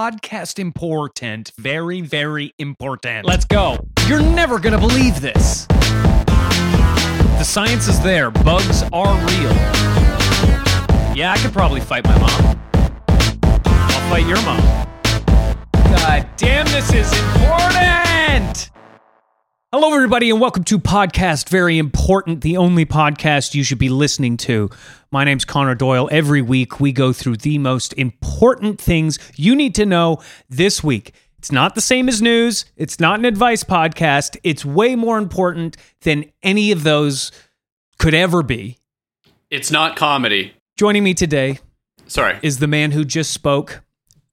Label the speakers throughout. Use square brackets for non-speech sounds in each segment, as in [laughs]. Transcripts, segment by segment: Speaker 1: podcast important. Very, very important.
Speaker 2: Let's go.
Speaker 1: You're never going to believe this. The science is there. Bugs are real.
Speaker 2: Yeah, I could probably fight my mom. I'll fight your mom.
Speaker 1: God damn, this is important. Hello, everybody, and welcome to Podcast Very Important, the only podcast you should be listening to. My name's Connor Doyle. Every week, we go through the most important things you need to know this week. It's not the same as news, it's not an advice podcast. It's way more important than any of those could ever be.
Speaker 2: It's not comedy.
Speaker 1: Joining me today
Speaker 2: Sorry.
Speaker 1: is the man who just spoke,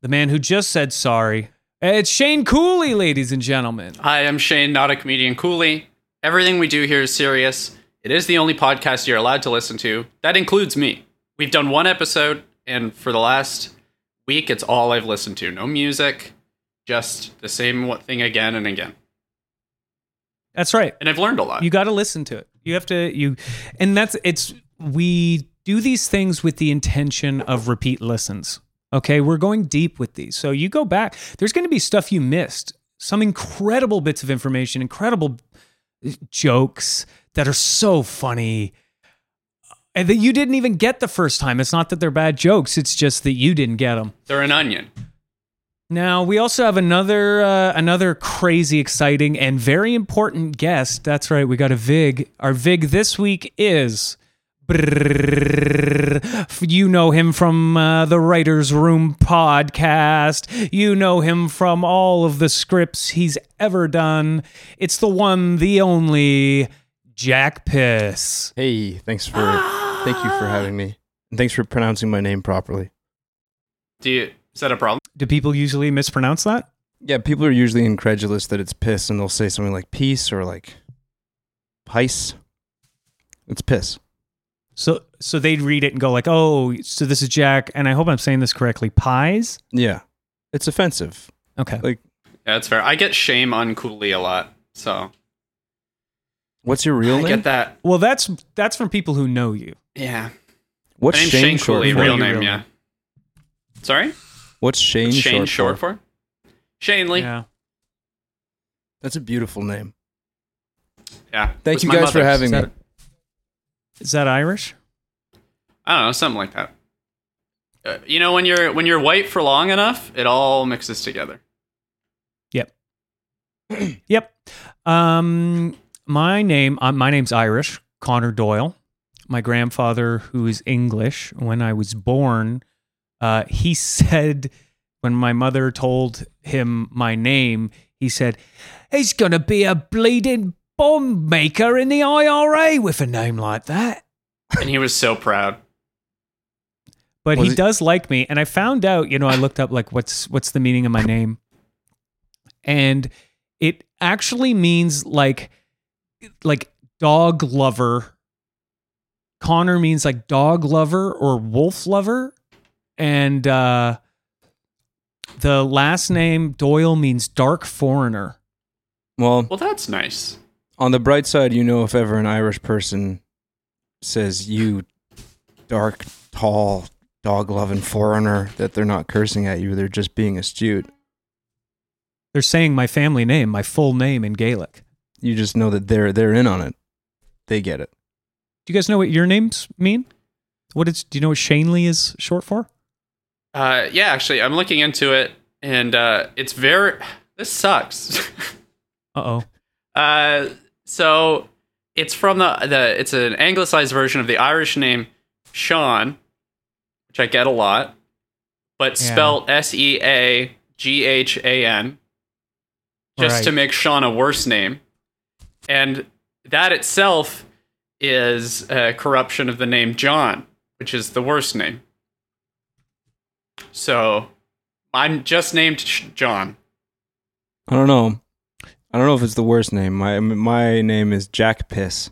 Speaker 1: the man who just said sorry. It's Shane Cooley, ladies and gentlemen.
Speaker 2: Hi, I'm Shane, not a comedian Cooley. Everything we do here is serious. It is the only podcast you're allowed to listen to. That includes me. We've done one episode, and for the last week, it's all I've listened to. No music, just the same wa- thing again and again.
Speaker 1: That's right.
Speaker 2: And I've learned a lot.
Speaker 1: You got to listen to it. You have to you and that's it's we do these things with the intention of repeat listens. Okay, we're going deep with these. So you go back, there's going to be stuff you missed. Some incredible bits of information, incredible uh, jokes that are so funny and that you didn't even get the first time. It's not that they're bad jokes, it's just that you didn't get them.
Speaker 2: They're an onion.
Speaker 1: Now we also have another uh, another crazy, exciting, and very important guest. That's right, we got a Vig. Our Vig this week is. You know him from uh, the Writers Room podcast. You know him from all of the scripts he's ever done. It's the one, the only Jack Piss.
Speaker 3: Hey, thanks for thank you for having me. And thanks for pronouncing my name properly.
Speaker 2: Do you, is that a problem?
Speaker 1: Do people usually mispronounce that?
Speaker 3: Yeah, people are usually incredulous that it's piss and they'll say something like peace or like pice. It's piss.
Speaker 1: So, so they'd read it and go like, "Oh, so this is Jack," and I hope I'm saying this correctly. Pies.
Speaker 3: Yeah. It's offensive.
Speaker 1: Okay.
Speaker 2: Yeah, that's fair. I get shame on Cooley a lot. So
Speaker 3: What's your real
Speaker 2: I
Speaker 3: name?
Speaker 2: get that.
Speaker 1: Well, that's that's from people who know you.
Speaker 2: Yeah.
Speaker 3: What's
Speaker 2: My name's
Speaker 3: Shane,
Speaker 2: Shane
Speaker 3: short
Speaker 2: Cooley,
Speaker 3: for?
Speaker 2: real
Speaker 1: Your
Speaker 2: name,
Speaker 1: real
Speaker 2: yeah.
Speaker 1: name.
Speaker 2: Sorry?
Speaker 3: What's Shane,
Speaker 2: Shane
Speaker 3: short,
Speaker 2: short
Speaker 3: for?
Speaker 2: for? Shane Lee.
Speaker 1: Yeah.
Speaker 3: That's a beautiful name.
Speaker 2: Yeah.
Speaker 3: Thank
Speaker 2: Was
Speaker 3: you
Speaker 2: my
Speaker 3: guys for
Speaker 2: mother's.
Speaker 3: having
Speaker 1: Is
Speaker 3: me.
Speaker 1: that, is that Irish?
Speaker 2: I don't know, something like that. Uh, you know, when you're when you're white for long enough, it all mixes together.
Speaker 1: Yep. yep. Um, my name uh, my name's Irish Connor Doyle. My grandfather, who is English, when I was born, uh, he [laughs] said when my mother told him my name, he said, "He's gonna be a bleeding bomb maker in the IRA with a name like that."
Speaker 2: And he was so proud.
Speaker 1: but
Speaker 3: Was
Speaker 1: he
Speaker 3: it-
Speaker 1: does like me and i found out you know i looked up like what's what's the meaning of my name and it actually means like like dog lover connor means like dog lover or wolf lover and uh the last name doyle means dark foreigner
Speaker 3: Well,
Speaker 2: Well, that's nice.
Speaker 3: on the bright side, you know if ever an Irish person says you dark, tall, dog loving foreigner that they're not cursing at you, they're just being astute.
Speaker 1: they're saying my family name my full name in gaelic
Speaker 3: you just know that they're they're in on it. They get it.
Speaker 1: do you guys know what your names mean what is do you know what shanley is short for
Speaker 2: Uh, yeah, actually, I'm looking into it, and uh, it's very. This sucks. [laughs]
Speaker 1: uh-oh
Speaker 2: uh, so it's from the the. It's an anglicized version of the Irish name Sean, which I get a lot, but
Speaker 1: Yeah.
Speaker 2: spelt S E A G H A N. just to
Speaker 1: Right.
Speaker 2: make Sean a worse name. And that itself is a corruption of the name John, which is the worst name. So I'm just named Sh- John.
Speaker 3: I don't know. I don't know if it's the worst name. My my name is Jack Piss.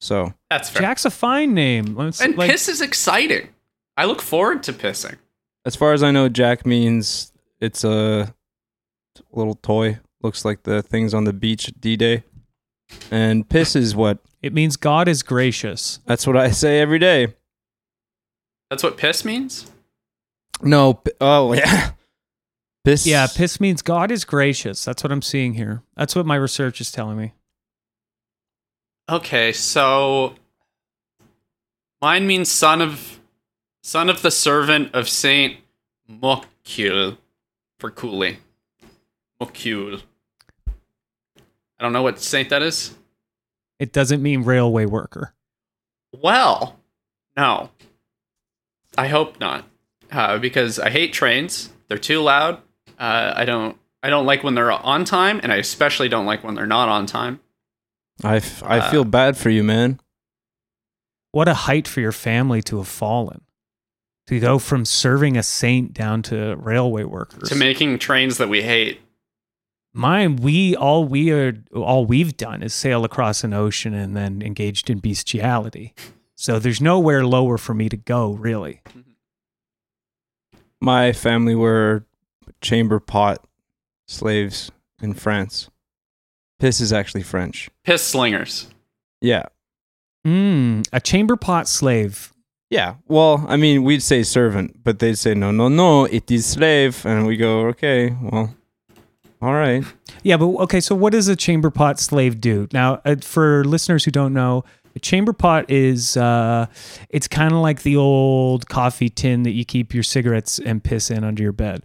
Speaker 3: So
Speaker 2: That's fair.
Speaker 1: Jack's a fine name. Let's-
Speaker 2: and
Speaker 1: like-
Speaker 2: piss is exciting. I look forward to pissing.
Speaker 3: as far as I know, Jack means it's a little toy. Looks like the things on the beach D Day. And piss is what
Speaker 1: it means God is gracious.
Speaker 3: that's what I say every day.
Speaker 2: That's what piss means?
Speaker 3: No. p- Oh [laughs] yeah. Piss.
Speaker 1: Yeah, piss means God is gracious. That's what I'm seeing here. That's what my research is telling me.
Speaker 2: Okay, so mine means son of son of the servant of Saint Mokul for Cooley. Mokul. I don't know what saint that is.
Speaker 1: It doesn't mean railway worker.
Speaker 2: Well, no. I hope not, uh, because I hate trains. They're too loud. Uh, I don't. I don't like when they're on time, and I especially don't like when they're not on time.
Speaker 3: I, f- I feel bad for you, man.
Speaker 1: What a height for your family to have fallen. To go from serving a saint down to railway workers.
Speaker 2: To making trains that we hate.
Speaker 1: Mine, we all we are all we've done is sail across an ocean and then engaged in bestiality. So there's nowhere lower for me to go, really.
Speaker 3: My family were chamber pot slaves in France. Piss is actually French.
Speaker 2: Piss slingers.
Speaker 3: Yeah.
Speaker 1: Mm, a chamber pot slave.
Speaker 3: Yeah. Well, I mean, we'd say servant, but they'd say, no, no, no, it is slave. And we go, okay, well, all right.
Speaker 1: Yeah, but okay. So what does a chamber pot slave do? Now, uh, for listeners who don't know, a chamber pot is uh, it's kind of like the old coffee tin that you keep your cigarettes and piss in under your bed.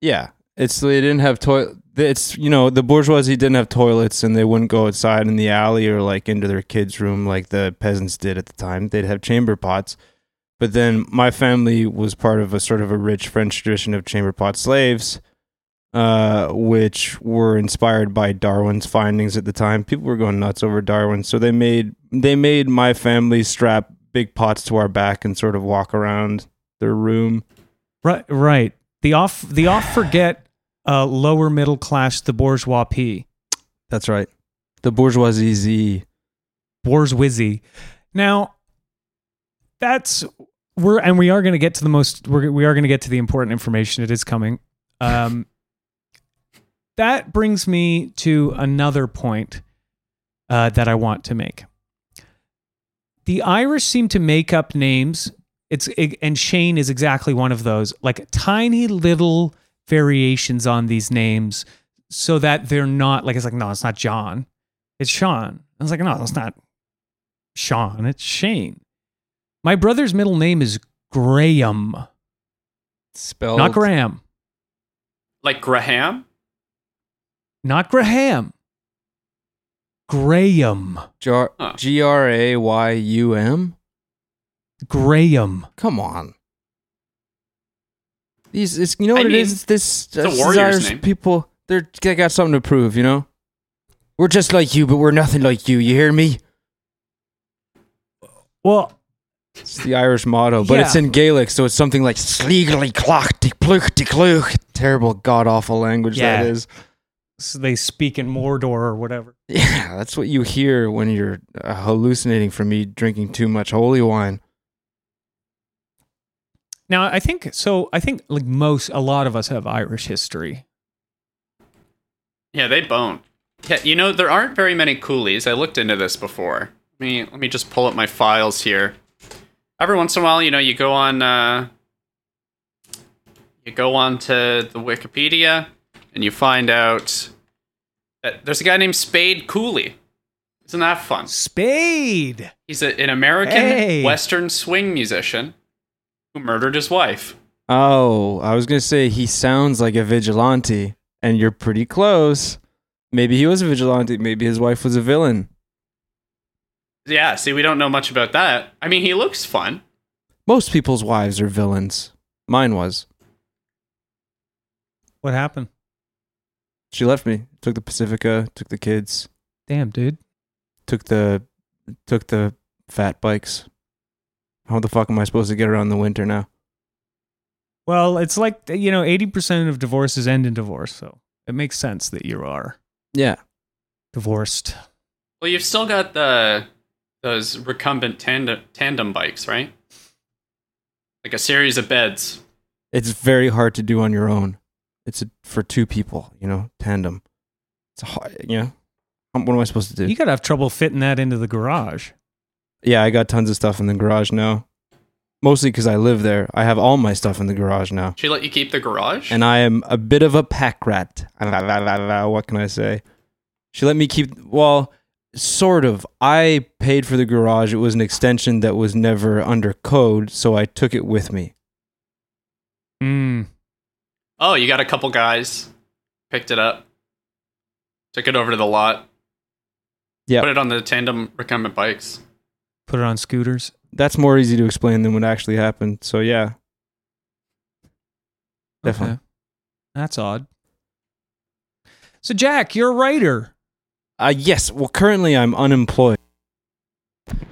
Speaker 3: Yeah. It's, they didn't have toilet. It's, you know, the bourgeoisie didn't have toilets and they wouldn't go outside in the alley or like into their kids' room like the peasants did at the time. They'd have chamber pots. But then my family was part of a sort of a rich French tradition of chamber pot slaves, uh, which were inspired by Darwin's findings at the time. People were going nuts over Darwin, so they made they made my family strap big pots to our back and sort of walk around their room.
Speaker 1: Right, right. The off, the off forget uh, lower middle class, the bourgeois p.
Speaker 3: That's right, the bourgeoisie. Z.
Speaker 1: Borswizzy. Now, that's we're and we are going to get to the most we're, we are going to get to the important information. It is coming. Um, [laughs] that brings me to another point uh, that I want to make. The Irish seem to make up names. It's it, and Shane is exactly one of those, like tiny little variations on these names, so that they're not like it's like no, it's not John it's Sean. I was like, no, that's not Sean. It's Shane. My brother's middle name is Graham,
Speaker 3: Spelled
Speaker 1: not Graham,
Speaker 2: Like Graham?
Speaker 1: not Graham. Graham,
Speaker 3: Jar-
Speaker 2: Huh.
Speaker 3: G R A Y U M.
Speaker 1: Graham.
Speaker 3: Come on. These, it's, you know
Speaker 2: I
Speaker 3: what it
Speaker 2: mean,
Speaker 3: is? It's This, uh,
Speaker 2: a
Speaker 3: this
Speaker 2: warrior's
Speaker 3: Irish
Speaker 2: name.
Speaker 3: people, they're, they got something to prove, you know? We're just like you, but we're nothing like you. You hear me?
Speaker 1: Well,
Speaker 3: It's the Irish motto, but it's
Speaker 1: Yeah.
Speaker 3: in Gaelic, so it's something like slegally clock de pluck de cluch. Terrible, god awful language
Speaker 1: Yeah.
Speaker 3: that is.
Speaker 1: so they speak in Mordor or whatever.
Speaker 3: Yeah, that's what you hear when you're uh, hallucinating from me drinking too much holy wine.
Speaker 1: Now, I think so. I think like most, a lot of us have Irish history.
Speaker 2: Yeah, they bone. Yeah, you know there aren't very many coolies. I looked into this before. Let me let me just pull up my files here. Every once in a while, you know, you go on uh, you go on to the Wikipedia and you find out that there's a guy named Spade Cooley. Isn't that fun?
Speaker 1: Spade.
Speaker 2: He's a, an American
Speaker 1: Hey.
Speaker 2: Western swing musician who murdered his wife.
Speaker 3: Oh, I was gonna say he sounds like a vigilante, and you're pretty close. Maybe he was a vigilante. Maybe his wife was a villain.
Speaker 2: Yeah, see, we don't know much about that. I mean, he looks fun.
Speaker 3: Most people's wives are villains. Mine was.
Speaker 1: What happened?
Speaker 3: She left me. Took the Pacifica. Took the kids.
Speaker 1: Damn, dude.
Speaker 3: Took the took the fat bikes. How the fuck am I supposed to get around in the winter now?
Speaker 1: Well, it's like you know, eighty percent of divorces end in divorce, so it makes sense that you are
Speaker 3: Yeah.
Speaker 1: divorced.
Speaker 2: Well, you've still got the those recumbent tandem tandem bikes, right? Like a series of beds.
Speaker 3: It's very hard to do on your own. It's a, for two people, you know, tandem. It's hard, you know. Um, What am I supposed to do?
Speaker 1: You gotta have trouble fitting that into the garage.
Speaker 3: yeah, I got tons of stuff in the garage now. mostly because I live there. I have all my stuff in the garage now,
Speaker 2: She let you keep the garage?
Speaker 3: and I am a bit of a pack rat. [laughs] What can I say? She let me keep. Well, sort of. I paid for the garage. It was an extension that was never under code, so I took it with me.
Speaker 1: Mm.
Speaker 2: oh, you got a couple guys. Picked it up. Took it over to the lot.
Speaker 3: Yeah.
Speaker 2: Put it on the tandem recumbent bikes.
Speaker 1: Put it on scooters.
Speaker 3: That's more easy to explain than what actually happened. So yeah, definitely.
Speaker 1: Okay. That's odd. So, Jack, you're a writer.
Speaker 3: Uh, yes. Well, currently I'm unemployed.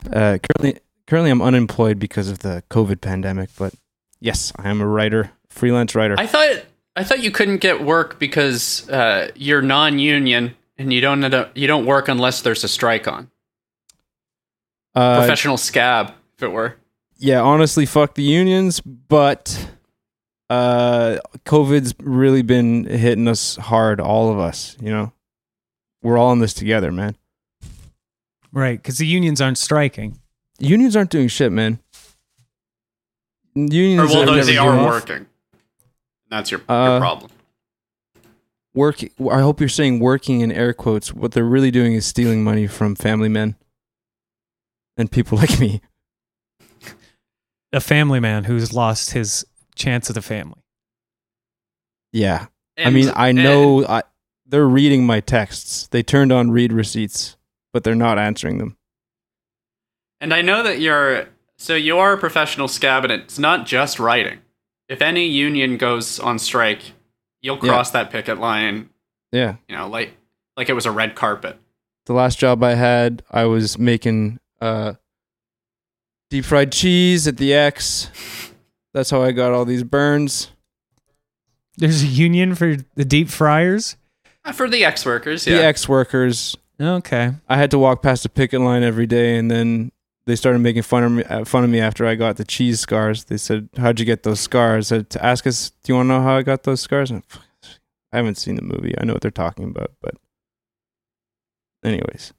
Speaker 3: Uh, currently, currently I'm unemployed because of the COVID pandemic. But yes, I am a writer, freelance writer.
Speaker 2: I thought I thought you couldn't get work because uh, you're non-union and you don't end up, you don't work unless there's a strike on.
Speaker 3: uh,
Speaker 2: Professional scab, if it were.
Speaker 3: yeah, honestly, fuck the unions. But uh, COVID's really been hitting us hard, all of us. You know, we're all in this together, man.
Speaker 1: Right, because the unions aren't striking.
Speaker 3: Unions aren't doing shit, man. Unions
Speaker 2: Or well,
Speaker 3: have
Speaker 2: those
Speaker 3: never
Speaker 2: they
Speaker 3: been
Speaker 2: are
Speaker 3: off.
Speaker 2: working. That's your,
Speaker 3: Uh,
Speaker 2: your problem.
Speaker 3: Work. I hope you're saying working in air quotes. What they're really doing is stealing money from family men and people [laughs] like me.
Speaker 1: A family man who's lost his chance of the family.
Speaker 3: Yeah. I
Speaker 2: And-
Speaker 3: mean, I
Speaker 2: and-
Speaker 3: know I, they're reading my texts. They turned on read receipts, but they're not answering them.
Speaker 2: And I know that you're so you are a professional scab, and it's not just writing. If any union goes on strike, you'll
Speaker 3: Yeah.
Speaker 2: cross that picket line.
Speaker 3: Yeah.
Speaker 2: You know, like like it was a red carpet.
Speaker 3: The last job I had, I was making uh, deep fried cheese at the X. That's how I got all these burns.
Speaker 1: There's a union for the deep fryers.
Speaker 2: Uh, For the ex workers,
Speaker 3: The
Speaker 2: yeah.
Speaker 3: ex workers,
Speaker 1: Okay.
Speaker 3: I had to walk past a picket line every day, and then they started making fun of me, uh, fun of me after I got the cheese scars. They said, "How'd you get those scars?" I said, to ask us, "Do you want to know how I got those scars?" And, I haven't seen the movie. I know what they're talking about, but anyways,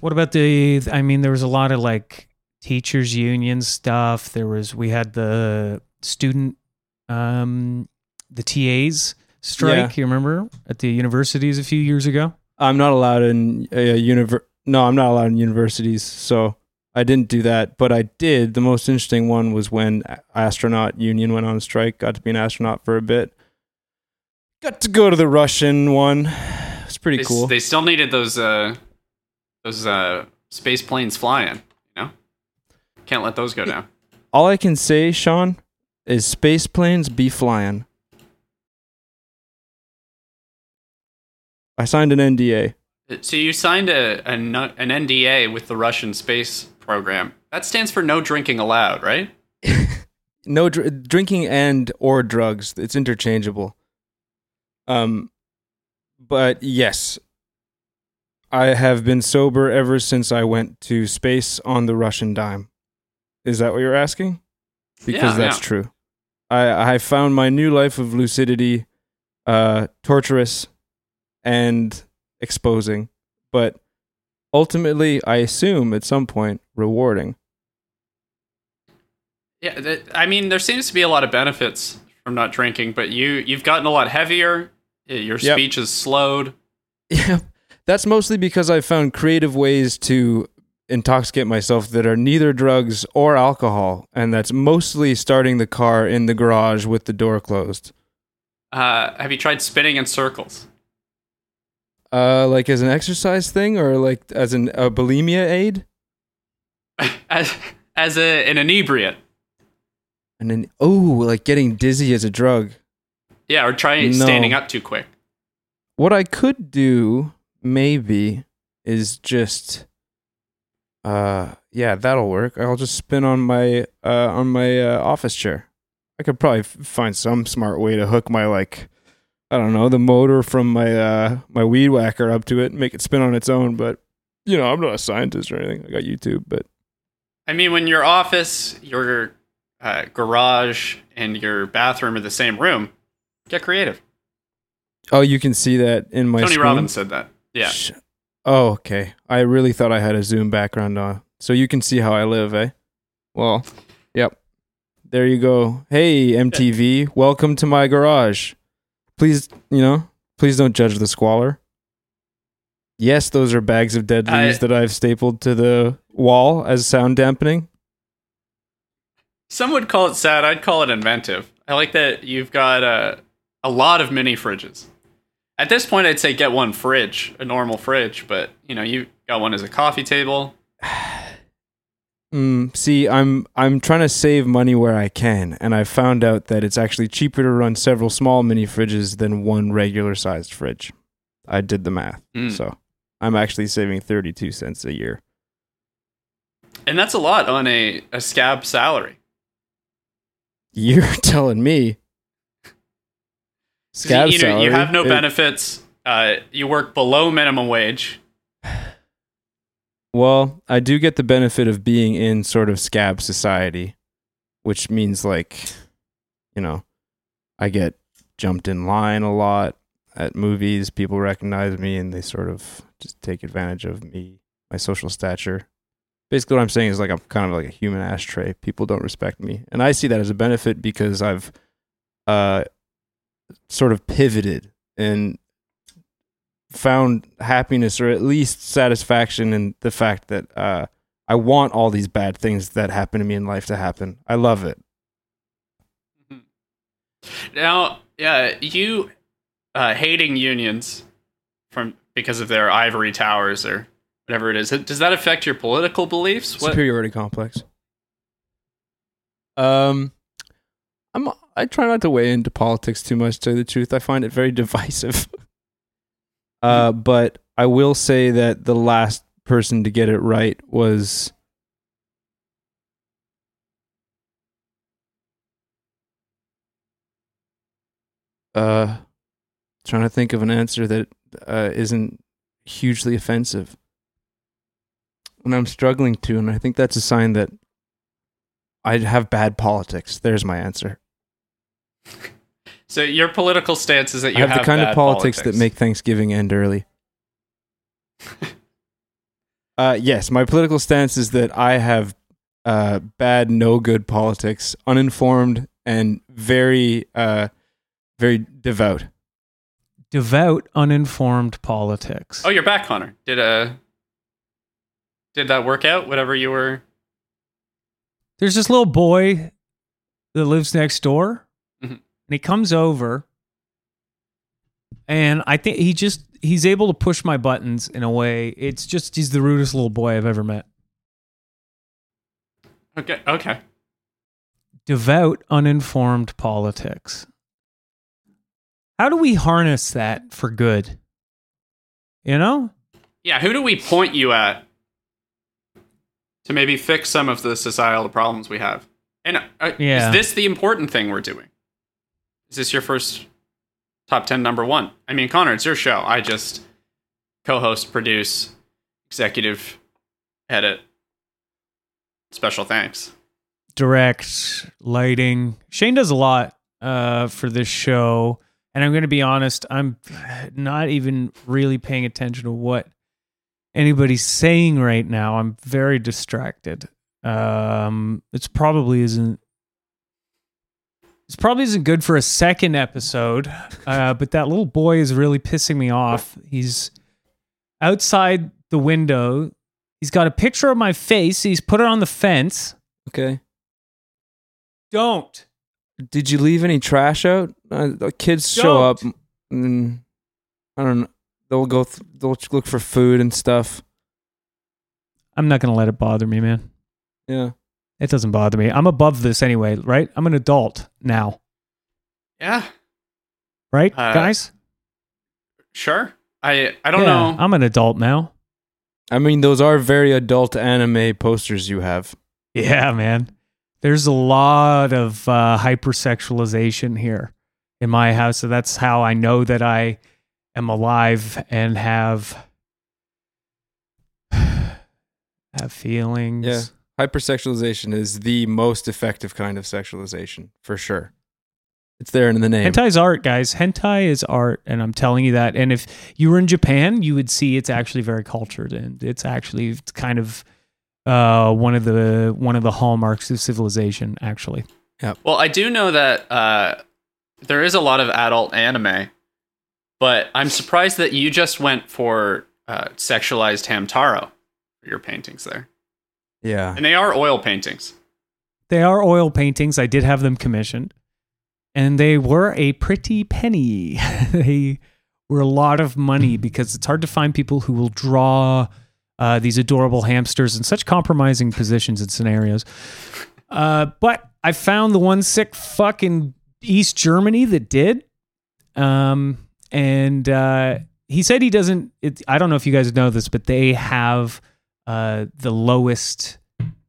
Speaker 1: What about the? I mean, there was a lot of like teachers union stuff. There was we had the student, um, the TAs strike. You remember at the universities a few years ago?
Speaker 3: I'm not allowed in uh, univer- No, I'm not allowed in universities, so I didn't do that. But I did. The most interesting one was when a- astronaut union went on strike. Got to be an astronaut for a bit. Got to go to the Russian one. [sighs] It's pretty
Speaker 2: They, s-
Speaker 3: cool.
Speaker 2: they still needed those uh those uh space planes flying. You know, can't let those go down.
Speaker 3: All I can say, Sean, is space planes be flying. I signed an NDA.
Speaker 2: So you signed a, a no- an NDA with the Russian space program. That stands for no drinking allowed, right?
Speaker 3: No dr- drinking and or drugs. It's interchangeable. Um, but yes, I have been sober ever since I went to space on the Russian dime. Is that what you're asking? Because
Speaker 2: Yeah,
Speaker 3: that's
Speaker 2: yeah.
Speaker 3: true. I I found my new life of lucidity, uh, torturous, and exposing, but ultimately, I assume at some point rewarding.
Speaker 2: Yeah, that, I mean, there seems to be a lot of benefits from not drinking, but you you've gotten a lot heavier. y- Your
Speaker 3: Yep.
Speaker 2: speech is slowed.
Speaker 3: [laughs] Yeah, that's mostly because I found creative ways to intoxicate myself that are neither drugs or alcohol, and that's mostly starting the car in the garage with the door closed,
Speaker 2: Uh, have you tried spinning in circles? [laughs]
Speaker 3: uh, like as an exercise thing or like as an a bulimia aid.
Speaker 2: as as a, an inebriate,
Speaker 3: And then, oh, like getting dizzy as a drug.
Speaker 2: yeah, or trying
Speaker 3: No.
Speaker 2: standing up too quick.
Speaker 3: What I could do, maybe, is just, uh, yeah, that'll work. I'll just spin on my uh on my uh, office chair. I could probably f- find some smart way to hook my like, I don't know, the motor from my uh my weed whacker up to it, and make it spin on its own. But you know, I'm not a scientist or anything. I got YouTube, but
Speaker 2: I mean, when your office, your uh, garage, and your bathroom are the same room, get creative.
Speaker 3: oh, you can see that in my
Speaker 2: Tony
Speaker 3: screen.
Speaker 2: Robbins said that. Yeah,
Speaker 3: Sh- Oh, okay. I really thought I had a Zoom background on. So you can see how I live, eh? Well, yep. there you go. Hey MTV, welcome to my garage. Please, you know, please don't judge the squalor. Yes, those are bags of dead leaves
Speaker 2: I-
Speaker 3: that I've stapled to the wall as sound dampening.
Speaker 2: Some would call it sad. I'd call it inventive. I like that you've got a a lot of mini fridges. At this point, I'd say get one fridge, a normal fridge. But you know, you got one as a coffee table.
Speaker 3: Mm, see, I'm I'm trying to save money where I can, and I found out that it's actually cheaper to run several small mini fridges than one regular sized fridge. I did the math,
Speaker 2: Mm.
Speaker 3: so I'm actually saving thirty two cents a year. [laughs]
Speaker 2: And that's a lot on a, a scab salary.
Speaker 3: You're
Speaker 2: [laughs]
Speaker 3: telling me?
Speaker 2: 'Cause
Speaker 3: Scab
Speaker 2: you, you know, you
Speaker 3: salary,
Speaker 2: have no
Speaker 3: it-
Speaker 2: benefits. Uh, you work below minimum wage.
Speaker 3: Well, I do get the benefit of being in sort of scab society, which means like, you know, I get jumped in line a lot at movies. People recognize me and they sort of just take advantage of me, my social stature. Basically, what I'm saying is like I'm kind of like a human ashtray. People don't respect me, and I see that as a benefit because I've uh, sort of pivoted and found happiness or at least satisfaction in the fact that uh, I want all these bad things that happen to me in life to happen. I love it.
Speaker 2: Now, yeah, you uh, hating unions from because of their ivory towers or whatever it is. Does that affect your political beliefs? What?
Speaker 3: Superiority complex. Um, I'm I try not to weigh into politics too much. To tell you the truth, I find it very [laughs] divisive. uh, but I will say that the last person to get it right was. Uh, trying to think of an answer that uh, isn't hugely offensive and I'm struggling to, and I think that's a sign that I have bad politics. There's my answer.
Speaker 2: So your political stance is that you
Speaker 3: I have, the kind
Speaker 2: bad
Speaker 3: of politics, that make Thanksgiving end early. uh, yes, my political stance is that I have uh, bad, no good politics, uninformed, and very, uh, very devout.
Speaker 1: Devout, uninformed politics.
Speaker 2: Oh, you're back, Connor. Did uh, did that work out? Whatever you were.
Speaker 1: There's this little boy that lives next door,
Speaker 2: Mhm.
Speaker 1: and he comes over, and I think he just he's able to push my buttons in a way. It's just he's the rudest little boy I've ever met.
Speaker 2: Okay. Okay.
Speaker 1: Devout, uninformed politics. How do we harness that for good? You know,
Speaker 2: Yeah. Who do we point you at to maybe fix some of the societal problems we have? And uh,
Speaker 1: Yeah.
Speaker 2: is this the important thing we're doing? Is this your first top ten number one? I mean, Connor, it's your show. I just co-host, produce, executive, edit. Special thanks.
Speaker 1: direct lighting. Shane does a lot uh, for this show, and I'm going to be honest, I'm not even really paying attention to what anybody's saying right now. I'm very distracted. Um, it's probably isn't. This probably isn't good for a second episode, uh, but that little boy is really pissing me off. He's outside the window. He's got a picture of my face. He's put it on the fence.
Speaker 3: Okay.
Speaker 1: Don't.
Speaker 3: Did you leave any trash out? Uh, the kids show up.
Speaker 1: Don't.
Speaker 3: And, I don't know. They'll go. Th- they'll look for food and stuff.
Speaker 1: I'm not going to let it bother me, man.
Speaker 3: Yeah.
Speaker 1: It doesn't bother me. I'm above this anyway, right? I'm an adult now,
Speaker 2: Yeah.
Speaker 1: right,
Speaker 2: Uh,
Speaker 1: guys?
Speaker 2: Sure. I I don't
Speaker 1: Yeah,
Speaker 2: know.
Speaker 1: I'm an adult now.
Speaker 3: I mean, those are very adult anime posters you have.
Speaker 1: Yeah, man. There's a lot of uh, hypersexualization here in my house. So that's how I know that I am alive and have [sighs] have feelings.
Speaker 3: Yeah. Hypersexualization is the most effective kind of sexualization, for sure. It's there in the name.
Speaker 1: Hentai's art, guys. Hentai is art, and I'm telling you that. And if you were in Japan, you would see it's actually very cultured, and it's actually it's kind of uh, one of the one of the hallmarks of civilization. Actually,
Speaker 3: Yep.
Speaker 2: Well, I do know that uh, there is a lot of adult anime, but I'm surprised that you just went for uh, sexualized Hamtaro for your paintings there.
Speaker 3: Yeah.
Speaker 2: And they are oil paintings.
Speaker 1: They are oil paintings. I did have them commissioned. And they were a pretty penny. [laughs] they were a lot of money because it's hard to find people who will draw uh, these adorable hamsters in such compromising positions and scenarios. Uh, but I found the one sick fucking East Germany that did. Um, and uh, he said he doesn't. It, I don't know if you guys know this, but they have uh, the lowest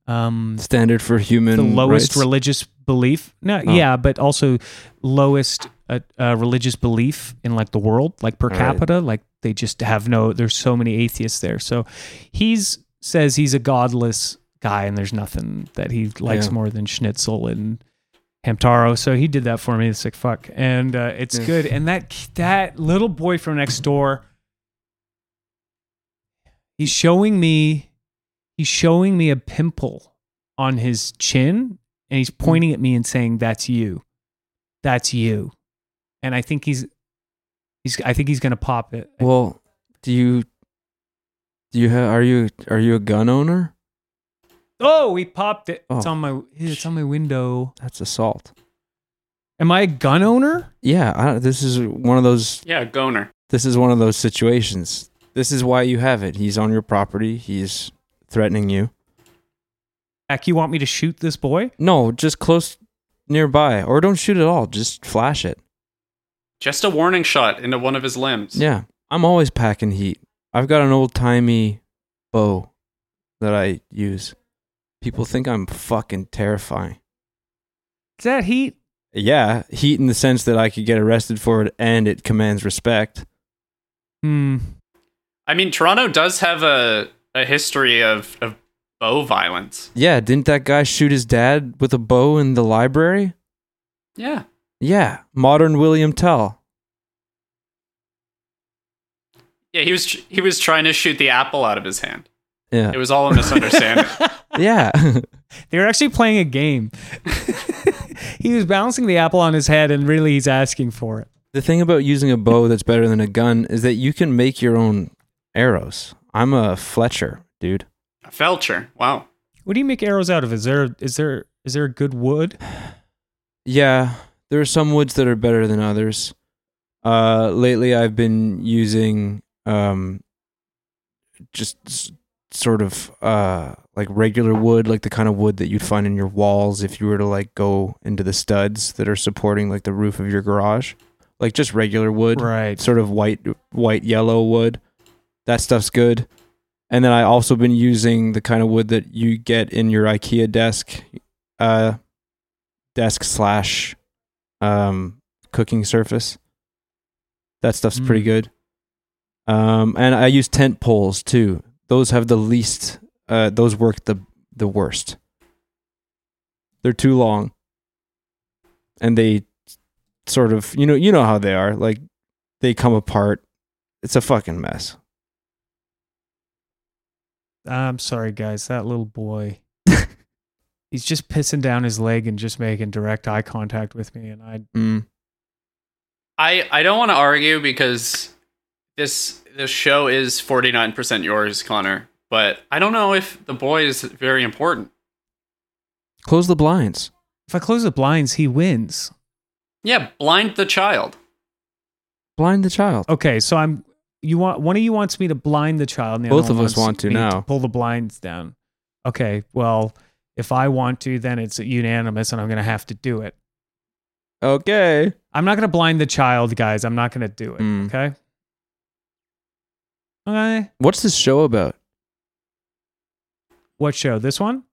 Speaker 1: um,
Speaker 3: Standard for human
Speaker 1: the lowest
Speaker 3: rights.
Speaker 1: religious belief. No,
Speaker 3: Oh.
Speaker 1: yeah, but also lowest uh, uh, religious belief in like the world, like per
Speaker 3: All right.
Speaker 1: capita. Like they just have no. There's so many atheists there. So he's says he's a godless guy, and there's nothing that he likes
Speaker 3: Yeah.
Speaker 1: more than schnitzel and Hamtaro. So he did that for me. The sick fuck, and uh, it's
Speaker 3: Yeah.
Speaker 1: good. And that that little boy from next door, he's showing me, he's showing me a pimple on his chin, and
Speaker 3: Hmm.
Speaker 1: he's pointing at me and saying, "That's you, that's you," and I think he's. He's, I think he's gonna pop it.
Speaker 3: well, do you do you have are you are you a gun owner?
Speaker 1: Oh, he popped it. It's
Speaker 3: Oh.
Speaker 1: on my. It's on my window.
Speaker 3: That's assault.
Speaker 1: Am I a gun owner?
Speaker 3: Yeah, I, this is one of those
Speaker 2: Yeah, Goner.
Speaker 3: this is one of those situations. This is why you have it. He's on your property. He's threatening you.
Speaker 1: Heck, you want me to shoot this boy?
Speaker 3: No, just close nearby or don't shoot at all. Just flash it.
Speaker 2: Just a warning shot into one of his limbs.
Speaker 3: Yeah. I'm always packing heat. I've got an old-timey bow that I use. People think I'm fucking terrifying.
Speaker 1: Is that heat?
Speaker 3: Yeah, heat in the sense that I could get arrested for it and it commands respect.
Speaker 1: Hmm.
Speaker 2: I mean, Toronto does have a, a history of, of bow violence.
Speaker 3: Yeah, didn't that guy shoot his dad with a bow in the library?
Speaker 2: Yeah.
Speaker 3: Yeah, modern William Tell.
Speaker 2: Yeah, he was he was trying to shoot the apple out of his hand. [laughs]
Speaker 3: Yeah.
Speaker 2: It was all a misunderstanding.
Speaker 3: yeah. [laughs]
Speaker 1: They were actually playing a game. [laughs] he was balancing the apple on his head, and really, he's asking for it.
Speaker 3: the thing about using a bow that's better than a gun is that you can make your own arrows. I'm a Fletcher, dude.
Speaker 2: Felcher. Wow.
Speaker 1: What do you make arrows out of? Is there is there is there good wood?
Speaker 3: Yeah, there are some woods that are better than others. Uh, lately, I've been using um, just s- sort of uh, like regular wood, like the kind of wood that you'd find in your walls if you were to like go into the studs that are supporting like the roof of your garage, like just regular wood.
Speaker 1: Right.
Speaker 3: sort of white white yellow wood. That stuff's good. And then I also been using the kind of wood that you get in your IKEA desk, uh, desk slash um, cooking surface. That stuff's pretty
Speaker 1: Mm.
Speaker 3: good. Um, and I use tent poles too. Those have the least. Uh, those work the the worst. They're too long, and they sort of you know you know how they are. Like they come apart. It's a fucking mess.
Speaker 1: I'm sorry, guys. That little boy. [laughs] he's just pissing down his leg and just making direct eye contact with me, and I
Speaker 3: Mm.
Speaker 2: I I don't want to argue because this this show is 49% yours, Connor, but I don't know if the boy is very important.
Speaker 3: Close the blinds.
Speaker 1: if I close the blinds, he wins.
Speaker 2: Yeah, blind the child.
Speaker 3: Blind the child.
Speaker 1: Okay, so I'm. You want one of you wants me to blind the child. And the
Speaker 3: Both
Speaker 1: other
Speaker 3: of
Speaker 1: one
Speaker 3: us
Speaker 1: wants
Speaker 3: want to
Speaker 1: me
Speaker 3: now.
Speaker 1: pull the blinds down. Okay, well, if I want to, then it's unanimous, and I'm going to have to do it.
Speaker 3: Okay.
Speaker 1: I'm not going to blind the child, guys. I'm not going to do it.
Speaker 3: Mm.
Speaker 1: Okay. Okay.
Speaker 3: What's this show about?
Speaker 1: What show? This one?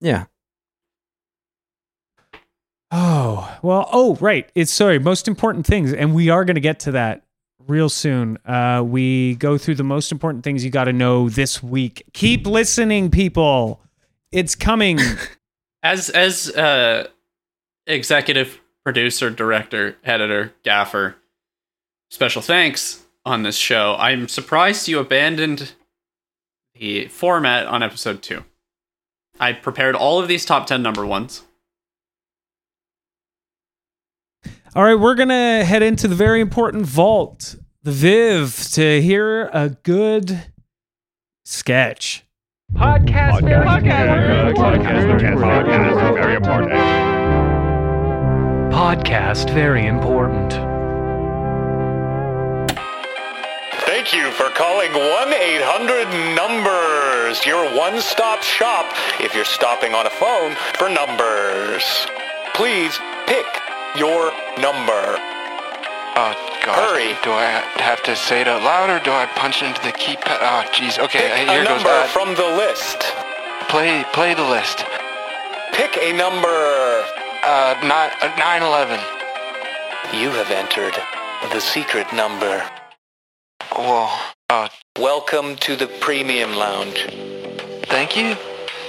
Speaker 3: Yeah.
Speaker 1: Oh well. Oh right. It's sorry. Most important things, and we are going to get to that real soon. Uh, we go through the most important things you got to know this week. Keep listening, people. It's coming.
Speaker 2: As as uh executive producer, director, editor, gaffer. Special thanks on this show. I'm surprised you abandoned the format on episode 2. I prepared all of these top 10 number ones.
Speaker 1: All right, we're gonna head into the very important vault, the Viv, to hear a good sketch. Podcast,
Speaker 4: Podcast, podcast, podcast, very important.
Speaker 1: podcast, very important.
Speaker 4: Thank you for calling 1-800-NUMBERS, your one-stop shop if you're stopping on a phone for numbers. Please pick your number.
Speaker 5: Oh gosh.
Speaker 4: Hurry.
Speaker 5: Do I have to say it out loud or do I punch it into the keypad? Oh jeez. Okay,
Speaker 4: Pick
Speaker 5: here
Speaker 4: a
Speaker 5: goes.
Speaker 4: number
Speaker 5: Uh,
Speaker 4: from the list.
Speaker 5: play play the list.
Speaker 4: Pick a number.
Speaker 5: Uh, nine uh, nine eleven.
Speaker 4: You have entered the secret number.
Speaker 5: Whoa. Oh,
Speaker 4: Welcome to the Premium Lounge.
Speaker 5: thank you.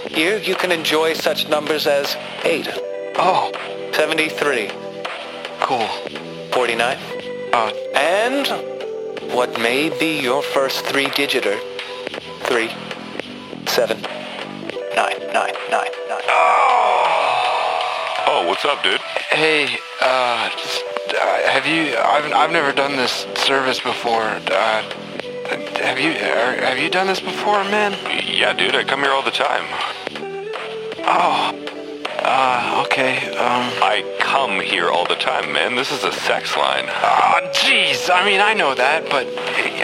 Speaker 4: Here you can enjoy such numbers as 8,
Speaker 5: Oh,
Speaker 4: 73,
Speaker 5: cool.
Speaker 4: 49, Uh,
Speaker 5: Oh,
Speaker 4: and what may be your first three-digiter. 3, 7, 9, 9, 9, 9.
Speaker 6: Oh, what's up, dude?
Speaker 5: hey. Uh, s- uh, have you? I've I've never done this service before. Uh, have you? Are, have you done this before, man?
Speaker 6: Yeah, dude, I come here all the time.
Speaker 5: Uh, okay. Um.
Speaker 6: I come here all the time, man. This is a sex line.
Speaker 5: Ah, jeez. I mean, I know that, but